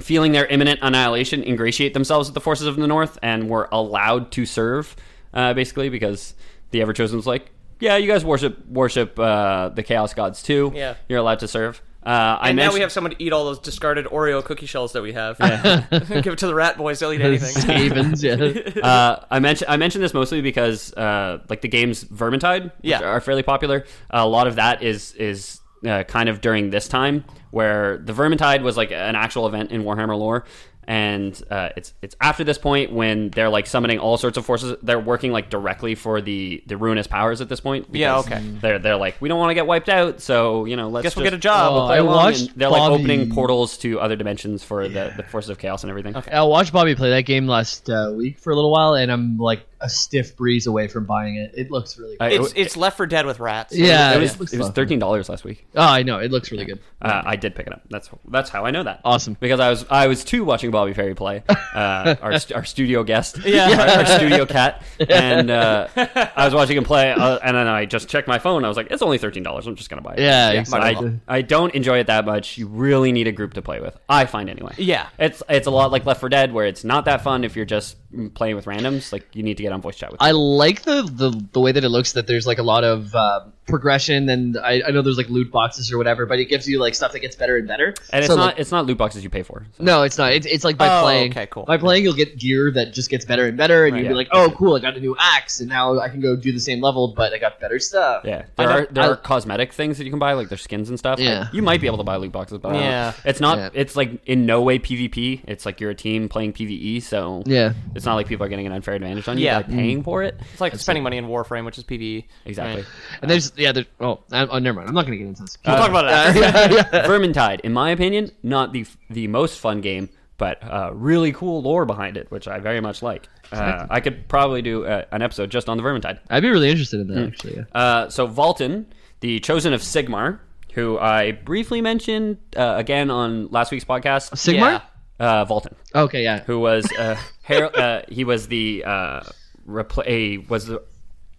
Speaker 2: feeling their imminent annihilation, ingratiate themselves with the forces of the north and were allowed to serve, uh, basically because the Ever Chosen was like, "Yeah, you guys worship worship uh, the Chaos Gods too.
Speaker 3: Yeah.
Speaker 2: you're allowed to serve." Uh, I
Speaker 3: And now
Speaker 2: mentioned-
Speaker 3: we have someone to eat all those discarded Oreo cookie shells that we have. Give it to the rat boys; they'll eat anything.
Speaker 4: Havens, yeah.
Speaker 2: uh, I mentioned I mentioned this mostly because uh, like the games Vermintide, which
Speaker 3: Yeah.
Speaker 2: are fairly popular. a lot of that is is uh, kind of during this time where the Vermintide was like an actual event in Warhammer lore. And uh, it's it's after this point when they're like summoning all sorts of forces. They're working like directly for the the ruinous powers at this point.
Speaker 3: Yeah,
Speaker 2: because
Speaker 3: okay.
Speaker 2: They're they're like we don't want to get wiped out, so you know let's
Speaker 3: Guess we'll
Speaker 2: just-
Speaker 3: get a job.
Speaker 4: Oh,
Speaker 2: play
Speaker 4: I
Speaker 2: along,"
Speaker 4: watched
Speaker 2: and They're like
Speaker 4: Bobby-
Speaker 2: opening portals to other dimensions for the, the forces of chaos and everything.
Speaker 4: I watched Bobby play that game last uh, week for a little while, and I'm like a stiff breeze away from buying it. It looks really good.
Speaker 2: I-
Speaker 3: it's it's Left for Dead with rats.
Speaker 4: yeah,
Speaker 2: it was,
Speaker 4: it looks
Speaker 2: it was
Speaker 4: fun.
Speaker 2: thirteen dollars last week.
Speaker 4: Oh, I know. It looks really good.
Speaker 2: Uh, I did pick it up. That's that's how I know that.
Speaker 4: Awesome.
Speaker 2: Because I was I was too watching Bobby Ferry play, uh, our st- our studio guest,
Speaker 3: Yeah.
Speaker 2: our, our studio cat, and uh, I was watching him play, uh, and then I just checked my phone. I was like, it's only thirteen dollars. I'm just gonna buy it.
Speaker 4: Yeah,
Speaker 2: But
Speaker 4: exactly.
Speaker 2: I, I don't enjoy it that much. You really need a group to play with. I find anyway.
Speaker 3: Yeah.
Speaker 2: It's it's a lot like Left 4 Dead, where it's not that fun if you're just playing with randoms. Like you need to get on voice chat with.
Speaker 4: I like the, the the way that it looks. That there's like a lot of uh, progression, and I, I know there's like loot boxes or whatever, but it gives you like stuff that gets better and better.
Speaker 2: and it's
Speaker 4: So,
Speaker 2: not
Speaker 4: like-
Speaker 2: it's not loot boxes you pay for. So.
Speaker 4: no, it's not. It's, it's like by
Speaker 3: Oh,
Speaker 4: playing.
Speaker 3: okay, cool.
Speaker 4: By playing, you'll get gear that just gets better and better, and you'll
Speaker 2: yeah.
Speaker 4: be like, "Oh, cool! I got a new axe, and now I can go do the same level, but I got better stuff."
Speaker 2: Yeah,
Speaker 4: I
Speaker 2: there
Speaker 4: know-
Speaker 2: are there
Speaker 4: I-
Speaker 2: are cosmetic things that you can buy, like their skins and stuff. I-
Speaker 4: Yeah.
Speaker 2: you might be able to buy loot boxes, but I don't know.
Speaker 3: Yeah.
Speaker 2: it's not.
Speaker 4: Yeah.
Speaker 2: It's like in no way PvP. It's like you're a team playing PVE, so
Speaker 4: Yeah.
Speaker 2: it's not like people are getting an unfair advantage on you
Speaker 3: Yeah.
Speaker 2: by paying for it.
Speaker 3: It's like spending money in Warframe, which is PVE.
Speaker 2: Exactly.
Speaker 3: Right.
Speaker 4: And there's yeah, there's oh, I, oh never mind. I'm not gonna get into this.
Speaker 3: We'll talk about it. After.
Speaker 2: Vermintide, in my opinion, not the f- the most fun game, but uh, really cool lore behind it, which I very much like. Uh, I could probably do uh, an episode just on the Vermintide.
Speaker 4: I'd be really interested in that
Speaker 3: Hmm.
Speaker 4: actually. Yeah.
Speaker 2: Uh, so Valton, the chosen of Sigmar, who I briefly mentioned uh, again on last week's podcast.
Speaker 4: Sigmar.
Speaker 2: Uh, Valton.
Speaker 4: Okay, yeah.
Speaker 2: who was uh, Har- uh he was the uh repl- a, was the,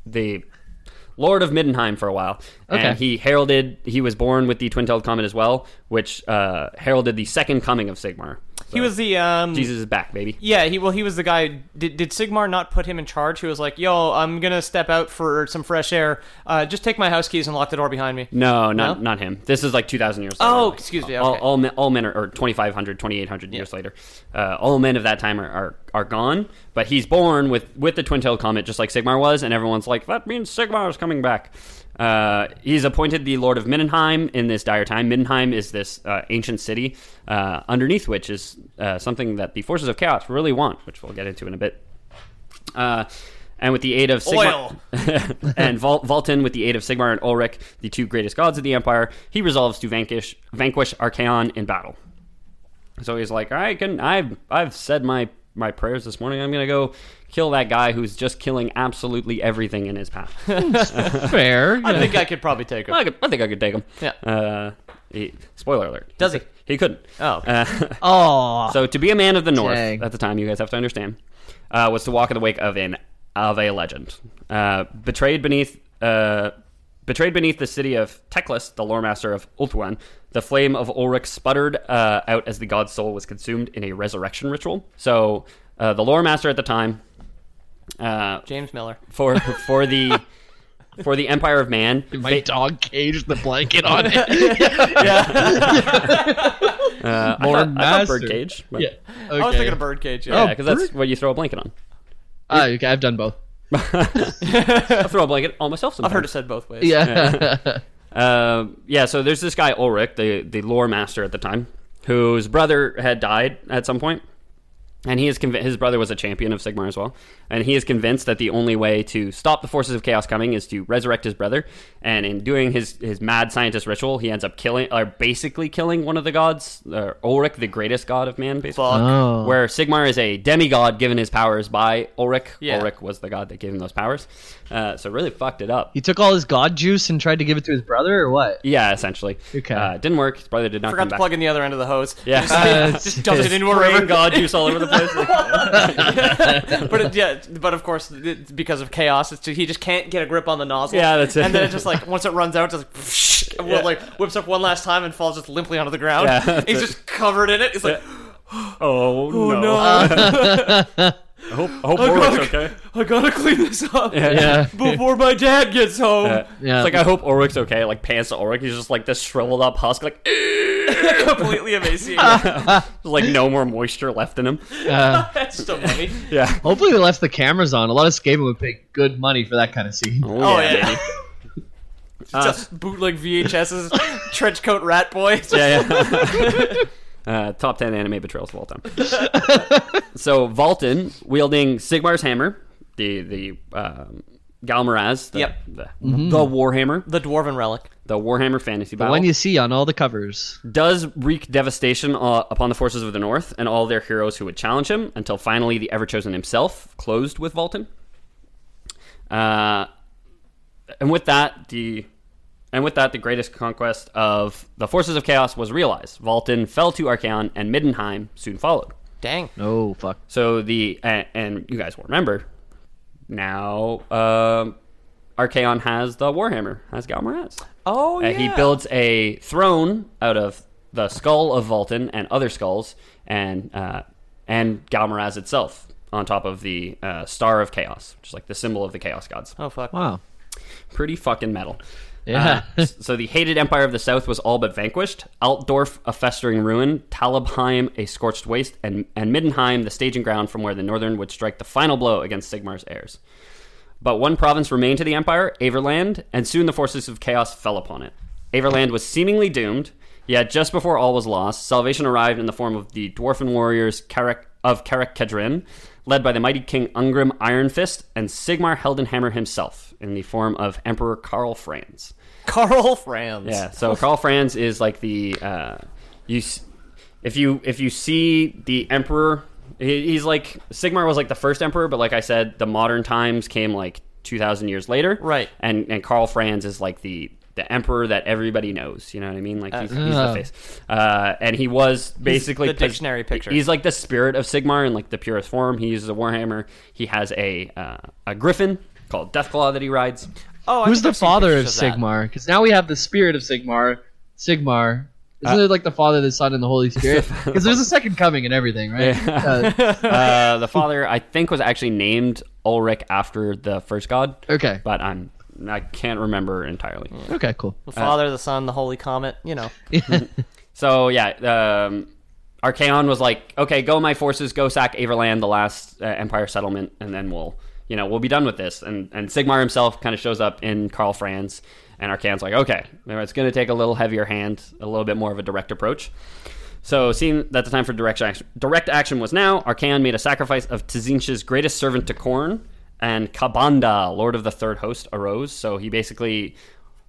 Speaker 2: the Lord of Middenheim for a while, and
Speaker 4: Okay.
Speaker 2: he heralded. He was born with the twin-tailed comet as well, which uh, heralded the second coming of Sigmar.
Speaker 3: He was the um,
Speaker 2: Jesus is back, baby.
Speaker 3: Yeah, he well, he was the guy. Did, did Sigmar not put him in charge? Who was like, "Yo, I'm gonna step out for some fresh air. Uh, just take my house keys and lock the door behind me."
Speaker 2: No, not
Speaker 3: No?
Speaker 2: not him. This is like 2,000 years.
Speaker 3: Oh,
Speaker 2: later.
Speaker 3: excuse me,
Speaker 2: All,
Speaker 3: okay.
Speaker 2: all, men, all men are, or 2,500, 2,800 years later. Uh, all men of that time are, are, are gone, but he's born with, with the twin tailed comet, just like Sigmar was, and everyone's like, that means Sigmar is coming back. Uh, he's appointed the Lord of Mindenheim in this dire time. Mindenheim is this uh, ancient city uh, underneath which is uh, something that the forces of chaos really want, which we'll get into in a bit. Uh, and with the aid of Sigmar and Vol- Vol'tin, with the aid of Sigmar and Ulrich, the two greatest gods of the Empire, he resolves to vanquish vanquish Archaon in battle. So he's like, I can, I've, I've said my my prayers this morning. I'm gonna go kill that guy who's just killing absolutely everything in his path.
Speaker 4: Fair.
Speaker 3: I think I could probably take him.
Speaker 2: I, could, I think I could take him.
Speaker 3: Yeah.
Speaker 2: Uh, he, spoiler alert.
Speaker 3: Does he?
Speaker 2: He couldn't. Uh,
Speaker 3: Oh,
Speaker 4: Oh,
Speaker 2: So to be a man of the North
Speaker 4: Dang.
Speaker 2: at the time, you guys have to understand, uh, was to walk in the wake of an of a legend, uh, betrayed beneath uh, betrayed beneath the city of Teclis, the lore master of Ulthuan. The flame of Ulrich sputtered uh, out as the god's soul was consumed in a resurrection ritual. So uh, the lore master at the time. Uh,
Speaker 3: James Miller.
Speaker 2: for for the for the Empire of Man.
Speaker 4: my dog caged the blanket on it.
Speaker 2: Uh, I
Speaker 4: Lore
Speaker 2: thought, I thought
Speaker 4: Master.
Speaker 2: birdcage. but-
Speaker 4: yeah. Okay.
Speaker 3: I was thinking of birdcage. Yeah.
Speaker 2: Yeah, because that's
Speaker 4: bird-
Speaker 2: what you throw a blanket on.
Speaker 4: Ah, okay, I've done both.
Speaker 2: I throw a blanket on myself sometimes.
Speaker 3: I've heard it said both ways.
Speaker 4: Yeah.
Speaker 2: Uh, yeah, so there's this guy Ulrich, the the lore master at the time, whose brother had died at some point, and he is conv- his brother was a champion of Sigmar as well, and he is convinced that the only way to stop the forces of chaos coming is to resurrect his brother, and in doing his his mad scientist ritual, he ends up killing or basically killing one of the gods, uh, Ulrich, the greatest god of man, basically.
Speaker 3: Fuck.
Speaker 2: Where Sigmar is a demigod given his powers by Ulrich.
Speaker 3: Yeah.
Speaker 2: Ulrich was the god that gave him those powers. Uh, so really fucked it up.
Speaker 4: he took all his god juice and tried to give it to his brother, or what?
Speaker 2: Yeah, essentially.
Speaker 4: Okay.
Speaker 2: Uh, didn't work. His brother did not come
Speaker 3: Forgot to
Speaker 2: back.
Speaker 3: plug in the other end of the hose.
Speaker 2: Yeah.
Speaker 3: Just,
Speaker 4: Uh,
Speaker 3: just dump it into a river.
Speaker 2: God juice all over the place.
Speaker 3: but it, yeah, but of course, it, because of chaos, it's he just can't get a grip on the nozzle.
Speaker 2: Yeah, that's it.
Speaker 3: And then it just like once it runs out, it's like, and Will, like whips up one last time and falls just limply onto the ground.
Speaker 2: Yeah, that's
Speaker 3: He's
Speaker 2: it.
Speaker 3: just covered in it. He's like,
Speaker 2: oh, no. I hope, I hope
Speaker 3: Ulrich's
Speaker 2: okay.
Speaker 3: I gotta clean this up
Speaker 4: Yeah.
Speaker 3: before my dad gets home.
Speaker 4: Yeah.
Speaker 2: It's like I hope Ulrich's okay. Like pants to Ulrich, he's just like this shriveled up husk, like
Speaker 3: Completely emaciated.
Speaker 2: like no more moisture left in him.
Speaker 3: that's so funny.
Speaker 2: Yeah.
Speaker 4: Hopefully, we left the cameras on. A lot of skaven would pay good money for that kind of scene.
Speaker 3: Oh yeah.
Speaker 2: baby.
Speaker 3: just bootleg VHS's trench coat rat boy.
Speaker 2: yeah, yeah. uh, top 10 anime betrayals of all time. so, Valton, wielding Sigmar's hammer, the, the um, Galmaraz, the,
Speaker 3: Yep.
Speaker 2: the, the Warhammer,
Speaker 3: The dwarven relic.
Speaker 2: the Warhammer fantasy battle,
Speaker 4: Mm-hmm. One you see on all the covers.
Speaker 2: does wreak devastation uh, upon the forces of the North and all their heroes who would challenge him until finally the Ever Chosen himself closed with Valton. Uh, and with that, the and with that, the greatest conquest of the forces of chaos was realized. Valton fell to Archaon, and Middenheim soon followed.
Speaker 3: Dang.
Speaker 4: Oh fuck.
Speaker 2: So the and, and you guys will remember now. Um, Archaon has the Warhammer, has Galmaraz.
Speaker 3: Oh yeah.
Speaker 2: Uh, He builds a throne out of the skull of Vulcan and other skulls, and uh, and Galmaraz itself on top of the uh, Star of Chaos, which is like the symbol of the Chaos Gods.
Speaker 3: Oh fuck.
Speaker 4: Wow.
Speaker 2: Pretty fucking metal.
Speaker 4: Yeah.
Speaker 2: Uh, s- so the hated empire of the south was all but vanquished. Altdorf, a festering ruin. Talibheim, a scorched waste. And, and Middenheim, the staging ground from where the northern would strike the final blow against Sigmar's heirs. But one province remained to the empire, Averland, and soon the forces of chaos fell upon it. Averland was seemingly doomed, yet just before all was lost, salvation arrived in the form of the dwarfen warriors Karak, of Karak Kedrin, led by the mighty King Ungrim Ironfist, and Sigmar Heldenhammer himself, in the form of Emperor Karl Franz.
Speaker 3: Carl Franz.
Speaker 2: Yeah. So Karl Franz is like the uh, you s- if you if you see the emperor, he, he's like Sigmar was like the first emperor, but like I said, the modern times came like two thousand years later.
Speaker 3: Right.
Speaker 2: And and Karl Franz is like the the emperor that everybody knows. You know what I mean? Like he's, he's the face. Uh, and he was basically
Speaker 3: uh. the
Speaker 2: pos-
Speaker 3: dictionary picture.
Speaker 2: He's like the spirit of Sigmar in like the purest form. He uses a warhammer. He has a uh, a griffin called Deathclaw that he rides.
Speaker 3: Oh, I
Speaker 4: Who's
Speaker 3: think
Speaker 4: the
Speaker 3: I've seen
Speaker 4: father of
Speaker 3: pictures that.
Speaker 4: Sigmar? Because now we have the spirit of Sigmar. Sigmar.
Speaker 2: Uh,
Speaker 4: Isn't it like the Father, the Son, and the Holy Spirit? Because there's a second coming and everything, right? Uh,
Speaker 2: Uh, the father, I think, was actually named Ulrich after the first god,
Speaker 4: okay.
Speaker 2: but I'm I can't remember entirely.
Speaker 4: Okay. Cool.
Speaker 3: The father, the son, the holy comet. You know.
Speaker 2: So yeah, um, Archaon was like, "Okay, go my forces, go sack Averland, the last uh, Empire settlement, and then we'll, you know, we'll be done with this." And and Sigmar himself kind of shows up in Karl Franz, And Arcan's like, okay, it's going to take a little heavier hand, a little bit more of a direct approach. So, seeing that the time for direct action, direct action was now, Arcan made a sacrifice of Tzynch's greatest servant to Korn, and Kabanda, Lord of the Third Host, arose. So he basically,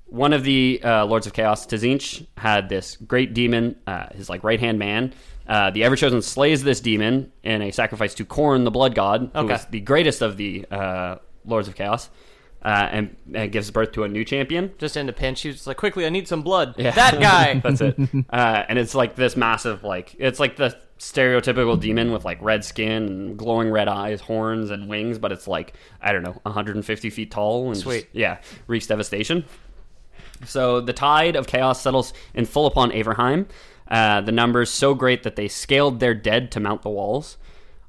Speaker 2: one of the uh, Lords of Chaos, Tzynch, had this great demon, uh, his like right hand man. Uh, the Everchosen slays this demon in a sacrifice to Korn, the Blood God, who
Speaker 3: Okay.
Speaker 2: is the greatest of the uh, Lords of Chaos, uh, and, and gives birth to a new champion.
Speaker 3: Just in the pinch, he's just like, quickly, I need some blood. That guy.
Speaker 2: That's it. Uh, and it's like this massive, like it's like the stereotypical demon with like red skin and glowing red eyes, horns, and wings. But it's like I don't know, 150 feet tall and just-
Speaker 3: Sweet.
Speaker 2: yeah, wreaks devastation. So the tide of chaos settles in full upon Averheim. Uh, the numbers so great that they scaled their dead to mount the walls.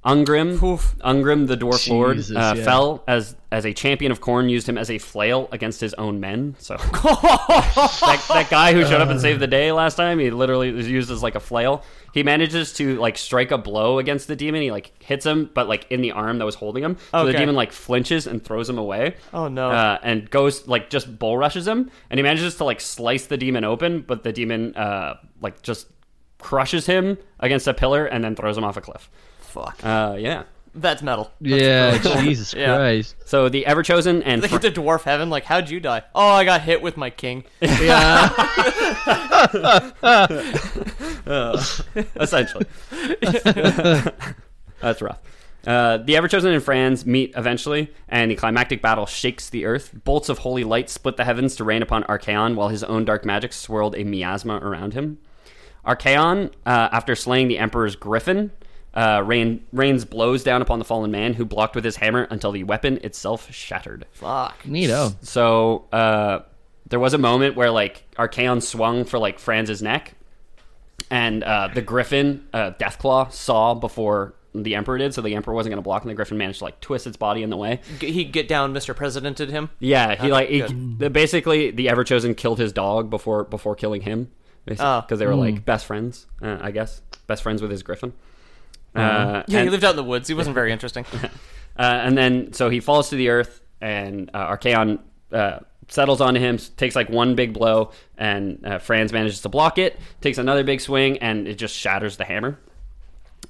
Speaker 2: Ungrim, Ungrim, the dwarf lord,
Speaker 4: Jesus,
Speaker 2: uh,
Speaker 4: yeah.
Speaker 2: fell as as a champion of corn used him as a flail against his own men. So that, that guy who showed up
Speaker 3: Uh.
Speaker 2: and saved the day last time, he literally was used as like a flail. He manages to like strike a blow against the demon. He like hits him, but like in the arm that was holding him. So the
Speaker 3: Okay.
Speaker 2: demon like flinches and throws him away.
Speaker 3: Oh, no.
Speaker 2: Uh, and goes like just bull rushes him, and he manages to like slice the demon open, but the demon uh like just crushes him against a pillar and then throws him off a cliff.
Speaker 3: Fuck.
Speaker 2: Uh, yeah.
Speaker 3: That's metal.
Speaker 4: Yeah, Jesus
Speaker 3: Yeah.
Speaker 4: Christ.
Speaker 2: So the ever chosen and
Speaker 3: They get to dwarf heaven. Like, how'd you die? Oh, I got hit with my king.
Speaker 2: essentially. That's rough. Uh, the Everchosen and Franz meet eventually, and the climactic battle shakes the earth. Bolts of holy light split the heavens to rain upon Archaon, while his own dark magic swirled a miasma around him. Archaon, uh, after slaying the Emperor's griffin, uh, rain, rains blows down upon the fallen man, who blocked with his hammer until the weapon itself shattered.
Speaker 3: Fuck.
Speaker 4: Neato.
Speaker 2: So uh, there was a moment where like Archaon swung for like Franz's neck, and uh, the Griffin uh, Deathclaw saw before the Emperor did, so the Emperor wasn't going to block, and the Griffin managed to like twist its body in the way.
Speaker 3: G- He get down, Mr. Presidented him.
Speaker 2: Yeah, he like he, the- basically the Ever Chosen killed his dog before before killing him, because
Speaker 3: Oh.
Speaker 2: they were like best friends, uh, I guess, best friends with his Griffin. Uh,
Speaker 3: Yeah, he
Speaker 2: and-
Speaker 3: lived out in the woods. He wasn't very interesting.
Speaker 2: Uh, and then so he falls to the earth, and uh, Archaon uh, settles onto him, s- takes like one big blow, and uh, Franz manages to block it, takes another big swing, and it just shatters the hammer.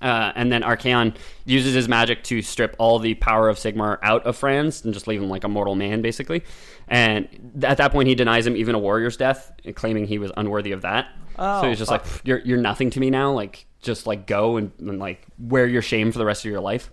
Speaker 2: Uh, and then Archaon uses his magic to strip all the power of Sigmar out of Franz and just leave him like a mortal man, basically. And th- at that point, he denies him even a warrior's death, claiming he was unworthy of that. so he's just like, "Pff, "You're you're nothing to me now. Like, just like go and, and like wear your shame for the rest of your life."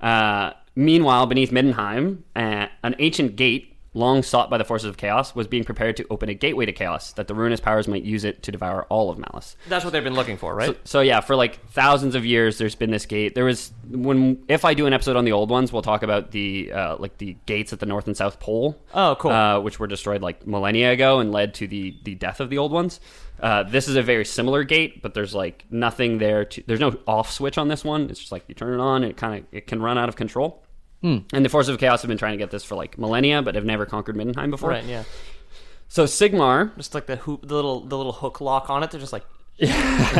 Speaker 2: Uh, meanwhile, beneath Middenheim, uh, an ancient gate, long sought by the forces of chaos, was being prepared to open a gateway to chaos, that the ruinous powers might use it to devour all of Malice.
Speaker 3: That's what they've been looking for, right?
Speaker 2: So yeah, for like thousands of years, there's been this gate. There was when if I do an episode on the old ones, we'll talk about the uh, like the gates at the north and south pole.
Speaker 3: Oh, cool.
Speaker 2: Uh, which were destroyed like millennia ago and led to the the death of the old ones. Uh, this is a very similar gate, but there's like nothing there. To, there's no off switch on this one. It's just like you turn it on, it kind of it can run out of control.
Speaker 3: Hmm.
Speaker 2: And the forces of chaos have been trying to get this for like millennia, but have never conquered Middenheim before.
Speaker 3: right. Yeah.
Speaker 2: So Sigmar,
Speaker 3: Just like the hoop, the little, the little hook lock on it. They're just like, yeah,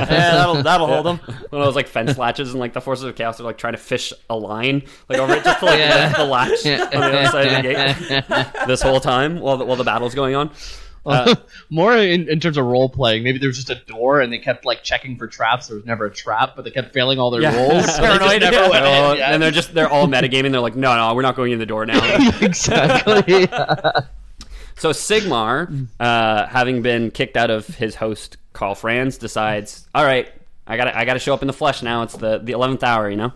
Speaker 3: that'll, that'll hold them.
Speaker 2: one of those like fence latches, and like the forces of chaos are like trying to fish a line like over it just to like lift the latch on the other side of the gate this whole time while the, while the battle's going on. Uh,
Speaker 4: More in, in terms of role playing, maybe there was just a door and they kept like checking for traps. There was never a trap, but they kept failing all their rolls. so they just
Speaker 2: Paranoid.
Speaker 4: never went in,
Speaker 2: Oh,
Speaker 4: yeah.
Speaker 2: And they're just they're all metagaming. They're like, no, no, we're not going in the door now.
Speaker 4: exactly.
Speaker 2: So Sigmar, uh, having been kicked out of his host Carl Franz, decides, all right, I got I got to show up in the flesh now. It's the the eleventh hour, you know.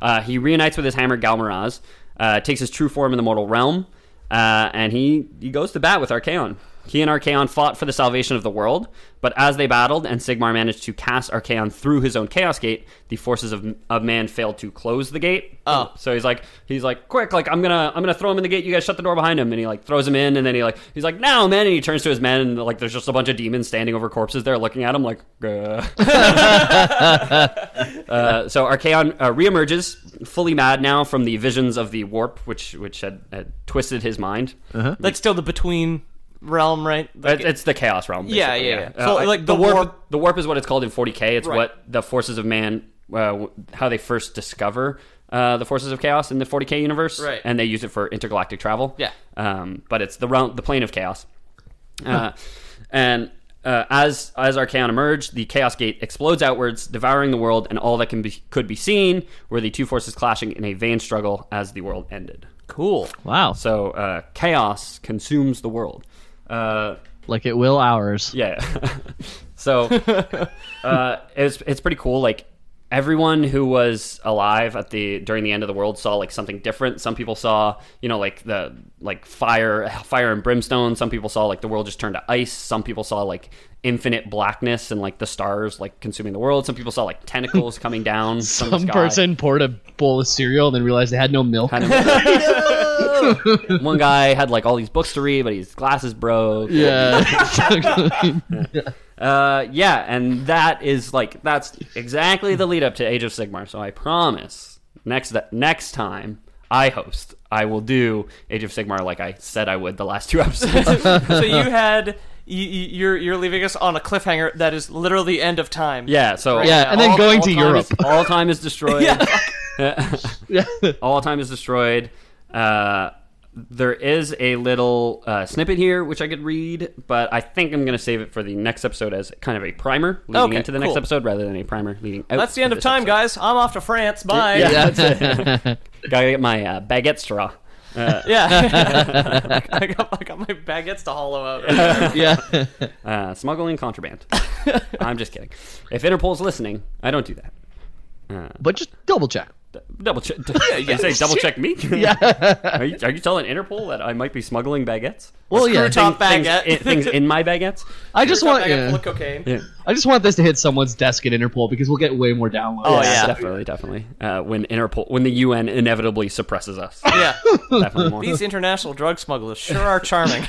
Speaker 2: Uh, he reunites with his hammer Galmaraz, uh, takes his true form in the mortal realm, uh, and he he goes to bat with Archaon. He and Archaon fought for the salvation of the world, but as they battled and Sigmar managed to cast Archaon through his own Chaos Gate, the forces of, of man failed to close the gate.
Speaker 3: Oh.
Speaker 2: So he's like, he's like, quick, like I'm gonna, I'm gonna throw him in the gate. You guys shut the door behind him. And he like throws him in, and then he like, he's like, now, man. And he turns to his men, and like, there's just a bunch of demons standing over corpses there, looking at him like. "Uh." uh, so Archaon uh, reemerges, fully mad now from the visions of the warp, which which had, had twisted his mind. Uh-huh.
Speaker 3: That's still the between realm, right? Like,
Speaker 2: it's the chaos realm.
Speaker 3: Yeah,
Speaker 2: basically, Uh,
Speaker 3: yeah, yeah. So,
Speaker 2: I-
Speaker 3: like,
Speaker 2: the
Speaker 3: the
Speaker 2: warp,
Speaker 3: warp-
Speaker 2: the warp is what it's called in 40k. It's
Speaker 3: Right.
Speaker 2: what the forces of man, uh, w- how they first discover uh, the Forces of Chaos in the 40k universe,
Speaker 3: Right.
Speaker 2: and they use it for intergalactic travel.
Speaker 3: Yeah.
Speaker 2: um, but it's the realm, the plane of chaos. Uh, and uh, as as Archaon emerged, the Chaos Gate explodes outwards, devouring the world and all that can be could be seen. Were the two forces clashing in a vain struggle as the world ended.
Speaker 3: Cool.
Speaker 4: Wow.
Speaker 2: So uh, chaos consumes the world. Uh,
Speaker 4: Like it will ours.
Speaker 2: yeah. so uh, it's it's pretty cool. Like everyone who was alive at the during the end of the world saw like something different. Some people saw you know like the like fire fire and brimstone. Some people saw like the world just turned to ice. Some people saw like infinite blackness and like the stars like consuming the world. Some people saw like tentacles coming down. from the
Speaker 4: Some
Speaker 2: sky.
Speaker 4: person poured a bowl of cereal and then realized they had no milk.
Speaker 2: One guy had like all these books to read, but his glasses broke.
Speaker 4: yeah.
Speaker 2: Uh, yeah, and that is like that's exactly the lead up to Age of Sigmar. So I promise next that next time I host, I will do Age of Sigmar like I said I would the last two episodes.
Speaker 3: so you had you, you- you're you're leaving us on a cliffhanger that is literally the end of time.
Speaker 2: yeah, so
Speaker 4: Yeah, and then
Speaker 2: all-
Speaker 4: going
Speaker 2: all
Speaker 4: to
Speaker 2: time
Speaker 4: Europe.
Speaker 2: is- all time is destroyed.
Speaker 4: yeah.
Speaker 2: all time is destroyed. Uh, there is a little uh, snippet here which I could read, but I think I'm going to save it for the next episode as kind of a primer leading
Speaker 3: Okay,
Speaker 2: into the next
Speaker 3: cool.
Speaker 2: episode rather than a primer leading out.
Speaker 3: That's the end of
Speaker 2: this
Speaker 3: time,
Speaker 2: episode.
Speaker 3: guys. I'm off to France. Bye.
Speaker 2: Yeah, that's it. Gotta get my uh, baguette straw.
Speaker 3: Yeah. I, got, I got my baguettes to hollow out.
Speaker 4: Yeah.
Speaker 2: Uh, smuggling contraband. I'm just kidding. If Interpol's listening, I don't do that.
Speaker 4: But just double check.
Speaker 2: Double check. You say double check me? are, you, are you telling Interpol that I might be smuggling baguettes?
Speaker 4: Well, yeah.
Speaker 3: Screw-top
Speaker 2: Things-
Speaker 3: baguette. Oh,
Speaker 2: i- things in my baguettes?
Speaker 4: I just want.
Speaker 3: I got full
Speaker 4: yeah.
Speaker 3: of cocaine.
Speaker 4: I just want this to hit someone's desk at Interpol because we'll get way more downloads.
Speaker 3: Oh, yeah.
Speaker 2: definitely, definitely. Uh, when Interpol, when the UN inevitably suppresses us,
Speaker 3: Yeah.
Speaker 2: definitely more.
Speaker 3: These international drug smugglers sure are charming.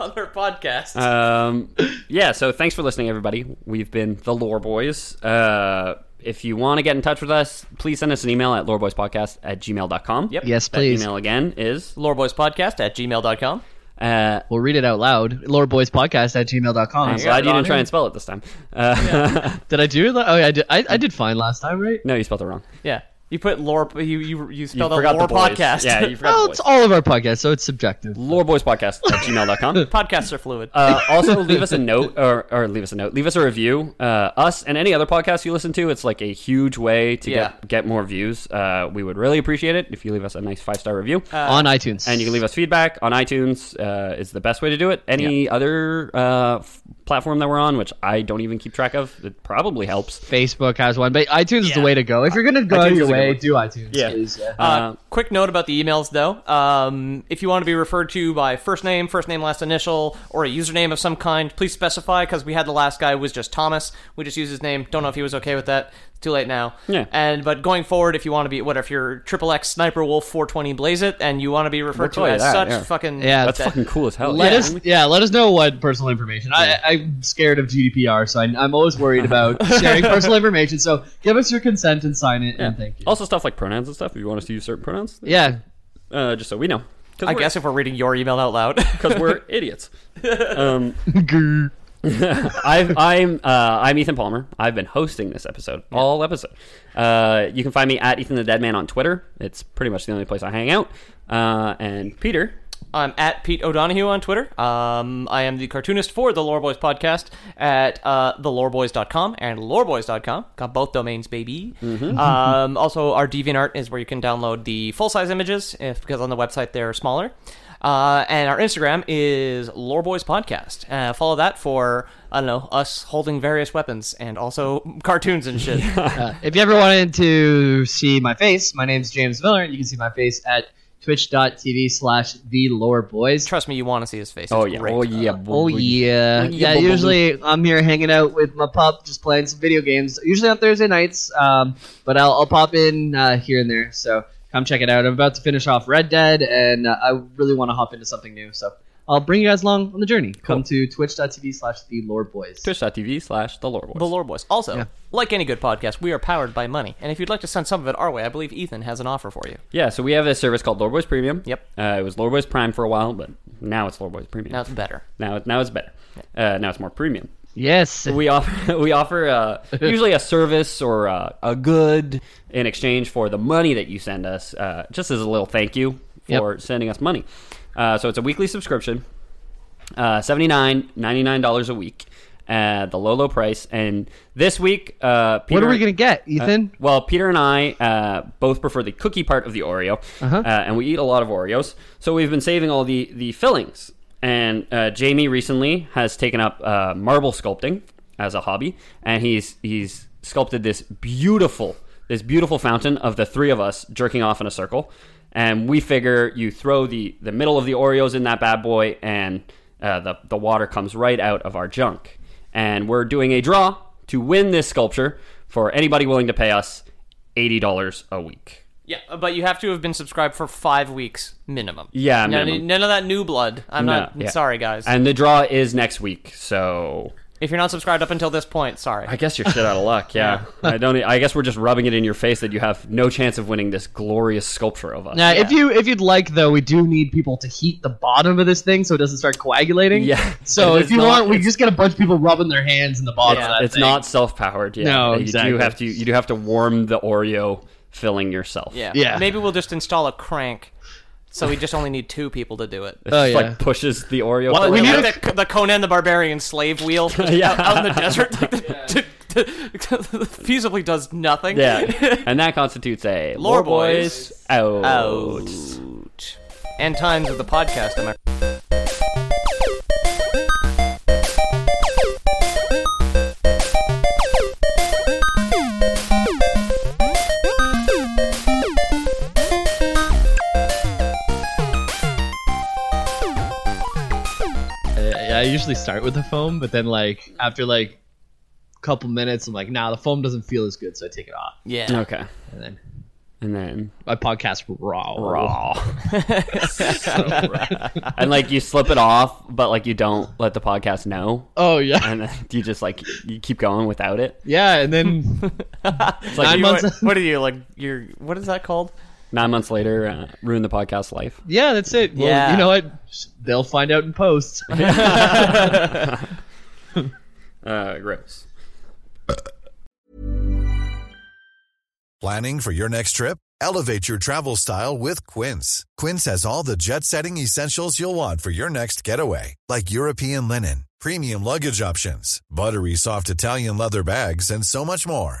Speaker 3: On their podcast.
Speaker 2: um, yeah, so thanks for listening, everybody. We've been the Lore Boys. Uh, if you want to get in touch with us, please send us an email at loreboyspodcast at gmail.com. Yep.
Speaker 4: Yes,
Speaker 2: That
Speaker 4: please.
Speaker 2: email again is
Speaker 3: Loreboyspodcast at gmail.com.
Speaker 2: uh,
Speaker 4: We'll read it out loud. Podcast at gmail.com.
Speaker 2: I'm glad
Speaker 3: it
Speaker 2: you
Speaker 3: on
Speaker 2: didn't try
Speaker 3: here.
Speaker 2: and spell it this time. Uh,
Speaker 4: Did I do it? Oh, yeah, I did. I, I did fine last time, right?
Speaker 2: no, you spelled it wrong.
Speaker 3: Yeah. You put lore. You you you
Speaker 2: You
Speaker 3: spelled out
Speaker 2: forgot
Speaker 3: lore
Speaker 2: the boys.
Speaker 3: podcast.
Speaker 2: Yeah, you forgot
Speaker 4: Well,
Speaker 2: the
Speaker 3: Oh,
Speaker 4: Oh, it's
Speaker 2: boys.
Speaker 4: all of our podcasts, so it's subjective.
Speaker 2: Loreboyspodcast at gmail.com.
Speaker 3: Podcasts are fluid.
Speaker 2: Uh, also, leave us a note, or, or leave us a note, leave us a review. Uh, us and any other podcast you listen to, it's like a huge way to
Speaker 3: Yeah.
Speaker 2: get, get more views. Uh, we would really appreciate it if you leave us a nice five star review.
Speaker 4: on iTunes.
Speaker 2: and you can leave us feedback on iTunes uh, is the best way to do it. Any other uh, f- platform that we're on, which I don't even keep track of, it probably helps.
Speaker 4: Facebook has one, but iTunes is the way to go. If you're going to go
Speaker 2: iTunes
Speaker 4: out of
Speaker 2: is a
Speaker 4: your
Speaker 2: good
Speaker 4: way,
Speaker 2: one.
Speaker 4: do iTunes.
Speaker 2: Yeah.
Speaker 4: please, yeah.
Speaker 3: Uh, quick note about the emails, though. Um, if you want to be referred to by first name, first name, last initial, or a username of some kind, please specify because we had the last guy was just Thomas. We just used his name. Don't know if he was okay with that. It's too late now.
Speaker 2: Yeah.
Speaker 3: And but going forward, if you want to be what if you're triple X sniper wolf four twenty blaze it, and you want to be referred
Speaker 2: We'll
Speaker 3: to
Speaker 2: call you
Speaker 3: as
Speaker 2: that,
Speaker 3: such,
Speaker 2: yeah.
Speaker 3: fucking
Speaker 4: Yeah,
Speaker 2: That's
Speaker 3: that-
Speaker 2: fucking cool as hell.
Speaker 4: let
Speaker 2: Yeah.
Speaker 4: us, yeah, let us know what personal information. I, I'm scared of GDPR, so I, I'm always worried about sharing personal information. So give us your consent and sign it, and thank you.
Speaker 2: Also, stuff like pronouns and stuff. If you want us to use certain pronouns,
Speaker 4: yeah,
Speaker 2: uh, just so we know,
Speaker 3: I guess if we're reading your email out loud,
Speaker 2: because we're idiots. Um, I've, I'm uh, I'm Ethan Palmer. I've been hosting this episode, all episode. Uh, you can find me at Ethan the Dead Man on Twitter. It's pretty much the only place I hang out. Uh, and Peter,
Speaker 3: I'm at Pete O'Donohue on Twitter. Um, I am the cartoonist for the Lore Boys podcast at uh, theloreboys.com and loreboys.com. Got both domains, baby.
Speaker 2: Mm-hmm.
Speaker 3: Um, also, our DeviantArt is where you can download the full size images if, because on the website they're smaller. Uh, and our Instagram is Loreboys Podcast. Uh, follow that for, I don't know, us holding various weapons and also cartoons and shit.
Speaker 4: Uh, if you ever wanted to see my face, my name's James Miller. and You can see my face at twitch.tv slash the lore boys.
Speaker 3: Trust me, you want to see his face. It's
Speaker 2: Oh yeah,
Speaker 3: great.
Speaker 2: oh yeah,
Speaker 4: Oh
Speaker 2: boy.
Speaker 4: yeah, yeah.
Speaker 2: boo-boo.
Speaker 4: Usually I'm here hanging out with my pup, just playing some video games. Usually on Thursday nights, um, but I'll, I'll pop in uh, here and there. So come check it out. I'm about to finish off Red Dead, and uh, I really want to hop into something new. So I'll bring you guys along on the journey. Come to twitch.tv slash the lore boys.
Speaker 2: Twitch.tv slash the Lore Boys.
Speaker 3: The Lore Boys. Also, like any good podcast, we are powered by money. And if you'd like to send some of it our way, I believe Ethan has an offer for you.
Speaker 2: Yeah, so we have a service called Loreboys Premium.
Speaker 3: Yep.
Speaker 2: Uh, it was Loreboys Prime for a while, but now it's Loreboys Premium.
Speaker 3: Now it's better.
Speaker 2: now, now it's better. Uh, now it's more premium.
Speaker 4: Yes.
Speaker 2: we offer we offer uh, usually a service or uh, a good in exchange for the money that you send us, uh, just as a little thank you for sending us money. Uh, so it's a weekly subscription, uh, seventy nine ninety nine dollars a week, uh, the low low price. And this week, uh, Peter,
Speaker 4: what are we gonna get, Ethan?
Speaker 2: well, Peter and I uh, both prefer the cookie part of the Oreo, uh and we eat a lot of Oreos. So we've been saving all the the fillings. And uh, Jamie recently has taken up uh, marble sculpting as a hobby, and he's he's sculpted this beautiful this beautiful fountain of the three of us jerking off in a circle. And we figure you throw the the middle of the Oreos in that bad boy, and uh, the the water comes right out of our junk. And we're doing a draw to win this sculpture for anybody willing to pay us eighty dollars a week.
Speaker 3: Yeah, uh, but you have to have been subscribed for five weeks minimum.
Speaker 2: Yeah,
Speaker 3: none,
Speaker 2: minimum.
Speaker 3: none of that new blood. I'm
Speaker 2: No,
Speaker 3: not
Speaker 2: yeah.
Speaker 3: sorry, guys.
Speaker 2: And the draw is next week, so
Speaker 3: if you're not subscribed up until this point, sorry.
Speaker 2: I guess you're shit out of luck. Yeah, I don't. e-, I guess we're just rubbing it in your face that you have no chance of winning this glorious sculpture of us.
Speaker 4: Now, if you if you'd like though, we do need people to heat the bottom of this thing so it doesn't start coagulating.
Speaker 2: Yeah.
Speaker 4: So
Speaker 2: It
Speaker 4: if
Speaker 2: is
Speaker 4: you
Speaker 2: not-
Speaker 4: want, we just get a bunch of people rubbing their hands in the bottom. of that
Speaker 2: it's
Speaker 4: thing.
Speaker 2: not self powered. Yeah,
Speaker 4: No,
Speaker 2: you do
Speaker 4: exactly.
Speaker 2: have to. You do have to warm the Oreo filling yourself.
Speaker 3: Yeah.
Speaker 4: Yeah.
Speaker 3: Maybe we'll just install a crank, so we just only need two people to do it.
Speaker 2: It
Speaker 3: Uh,
Speaker 4: Oh
Speaker 2: just,
Speaker 4: yeah.
Speaker 2: like pushes the Oreo.
Speaker 4: Well,
Speaker 2: filling
Speaker 4: we
Speaker 2: out.
Speaker 4: need
Speaker 3: Like the, the Conan the Barbarian slave wheel
Speaker 2: Yeah.
Speaker 3: out, out in the desert like, the- feasibly does nothing.
Speaker 2: yeah, and that constitutes a
Speaker 3: Lore
Speaker 2: lore boys,
Speaker 3: Boys
Speaker 2: out.
Speaker 3: out. And times of the podcast. Am I
Speaker 4: I, I usually start with the foam, but then like after like a couple minutes, I'm like, nah, the foam doesn't feel as good, so I take it off.
Speaker 3: Yeah.
Speaker 2: Okay,
Speaker 4: And then
Speaker 2: and then
Speaker 4: my podcast raw.
Speaker 2: raw.
Speaker 4: So raw.
Speaker 2: and like you slip it off, but like you don't let the podcast know,
Speaker 4: oh yeah.
Speaker 2: and then you just like you keep going without it.
Speaker 4: Yeah, and then
Speaker 2: It's like
Speaker 4: Nine
Speaker 2: you-
Speaker 4: months-
Speaker 3: What, what are you like? You're what is that called?
Speaker 2: nine months later, uh, ruin the podcast life.
Speaker 4: yeah, that's it. Well,
Speaker 3: Yeah.
Speaker 4: you know what? They'll find out in post.
Speaker 2: Uh, gross.
Speaker 5: Planning for your next trip? Elevate your travel style with Quince. Quince has all the jet setting essentials you'll want for your next getaway, like European linen, premium luggage options, buttery soft Italian leather bags, and so much more.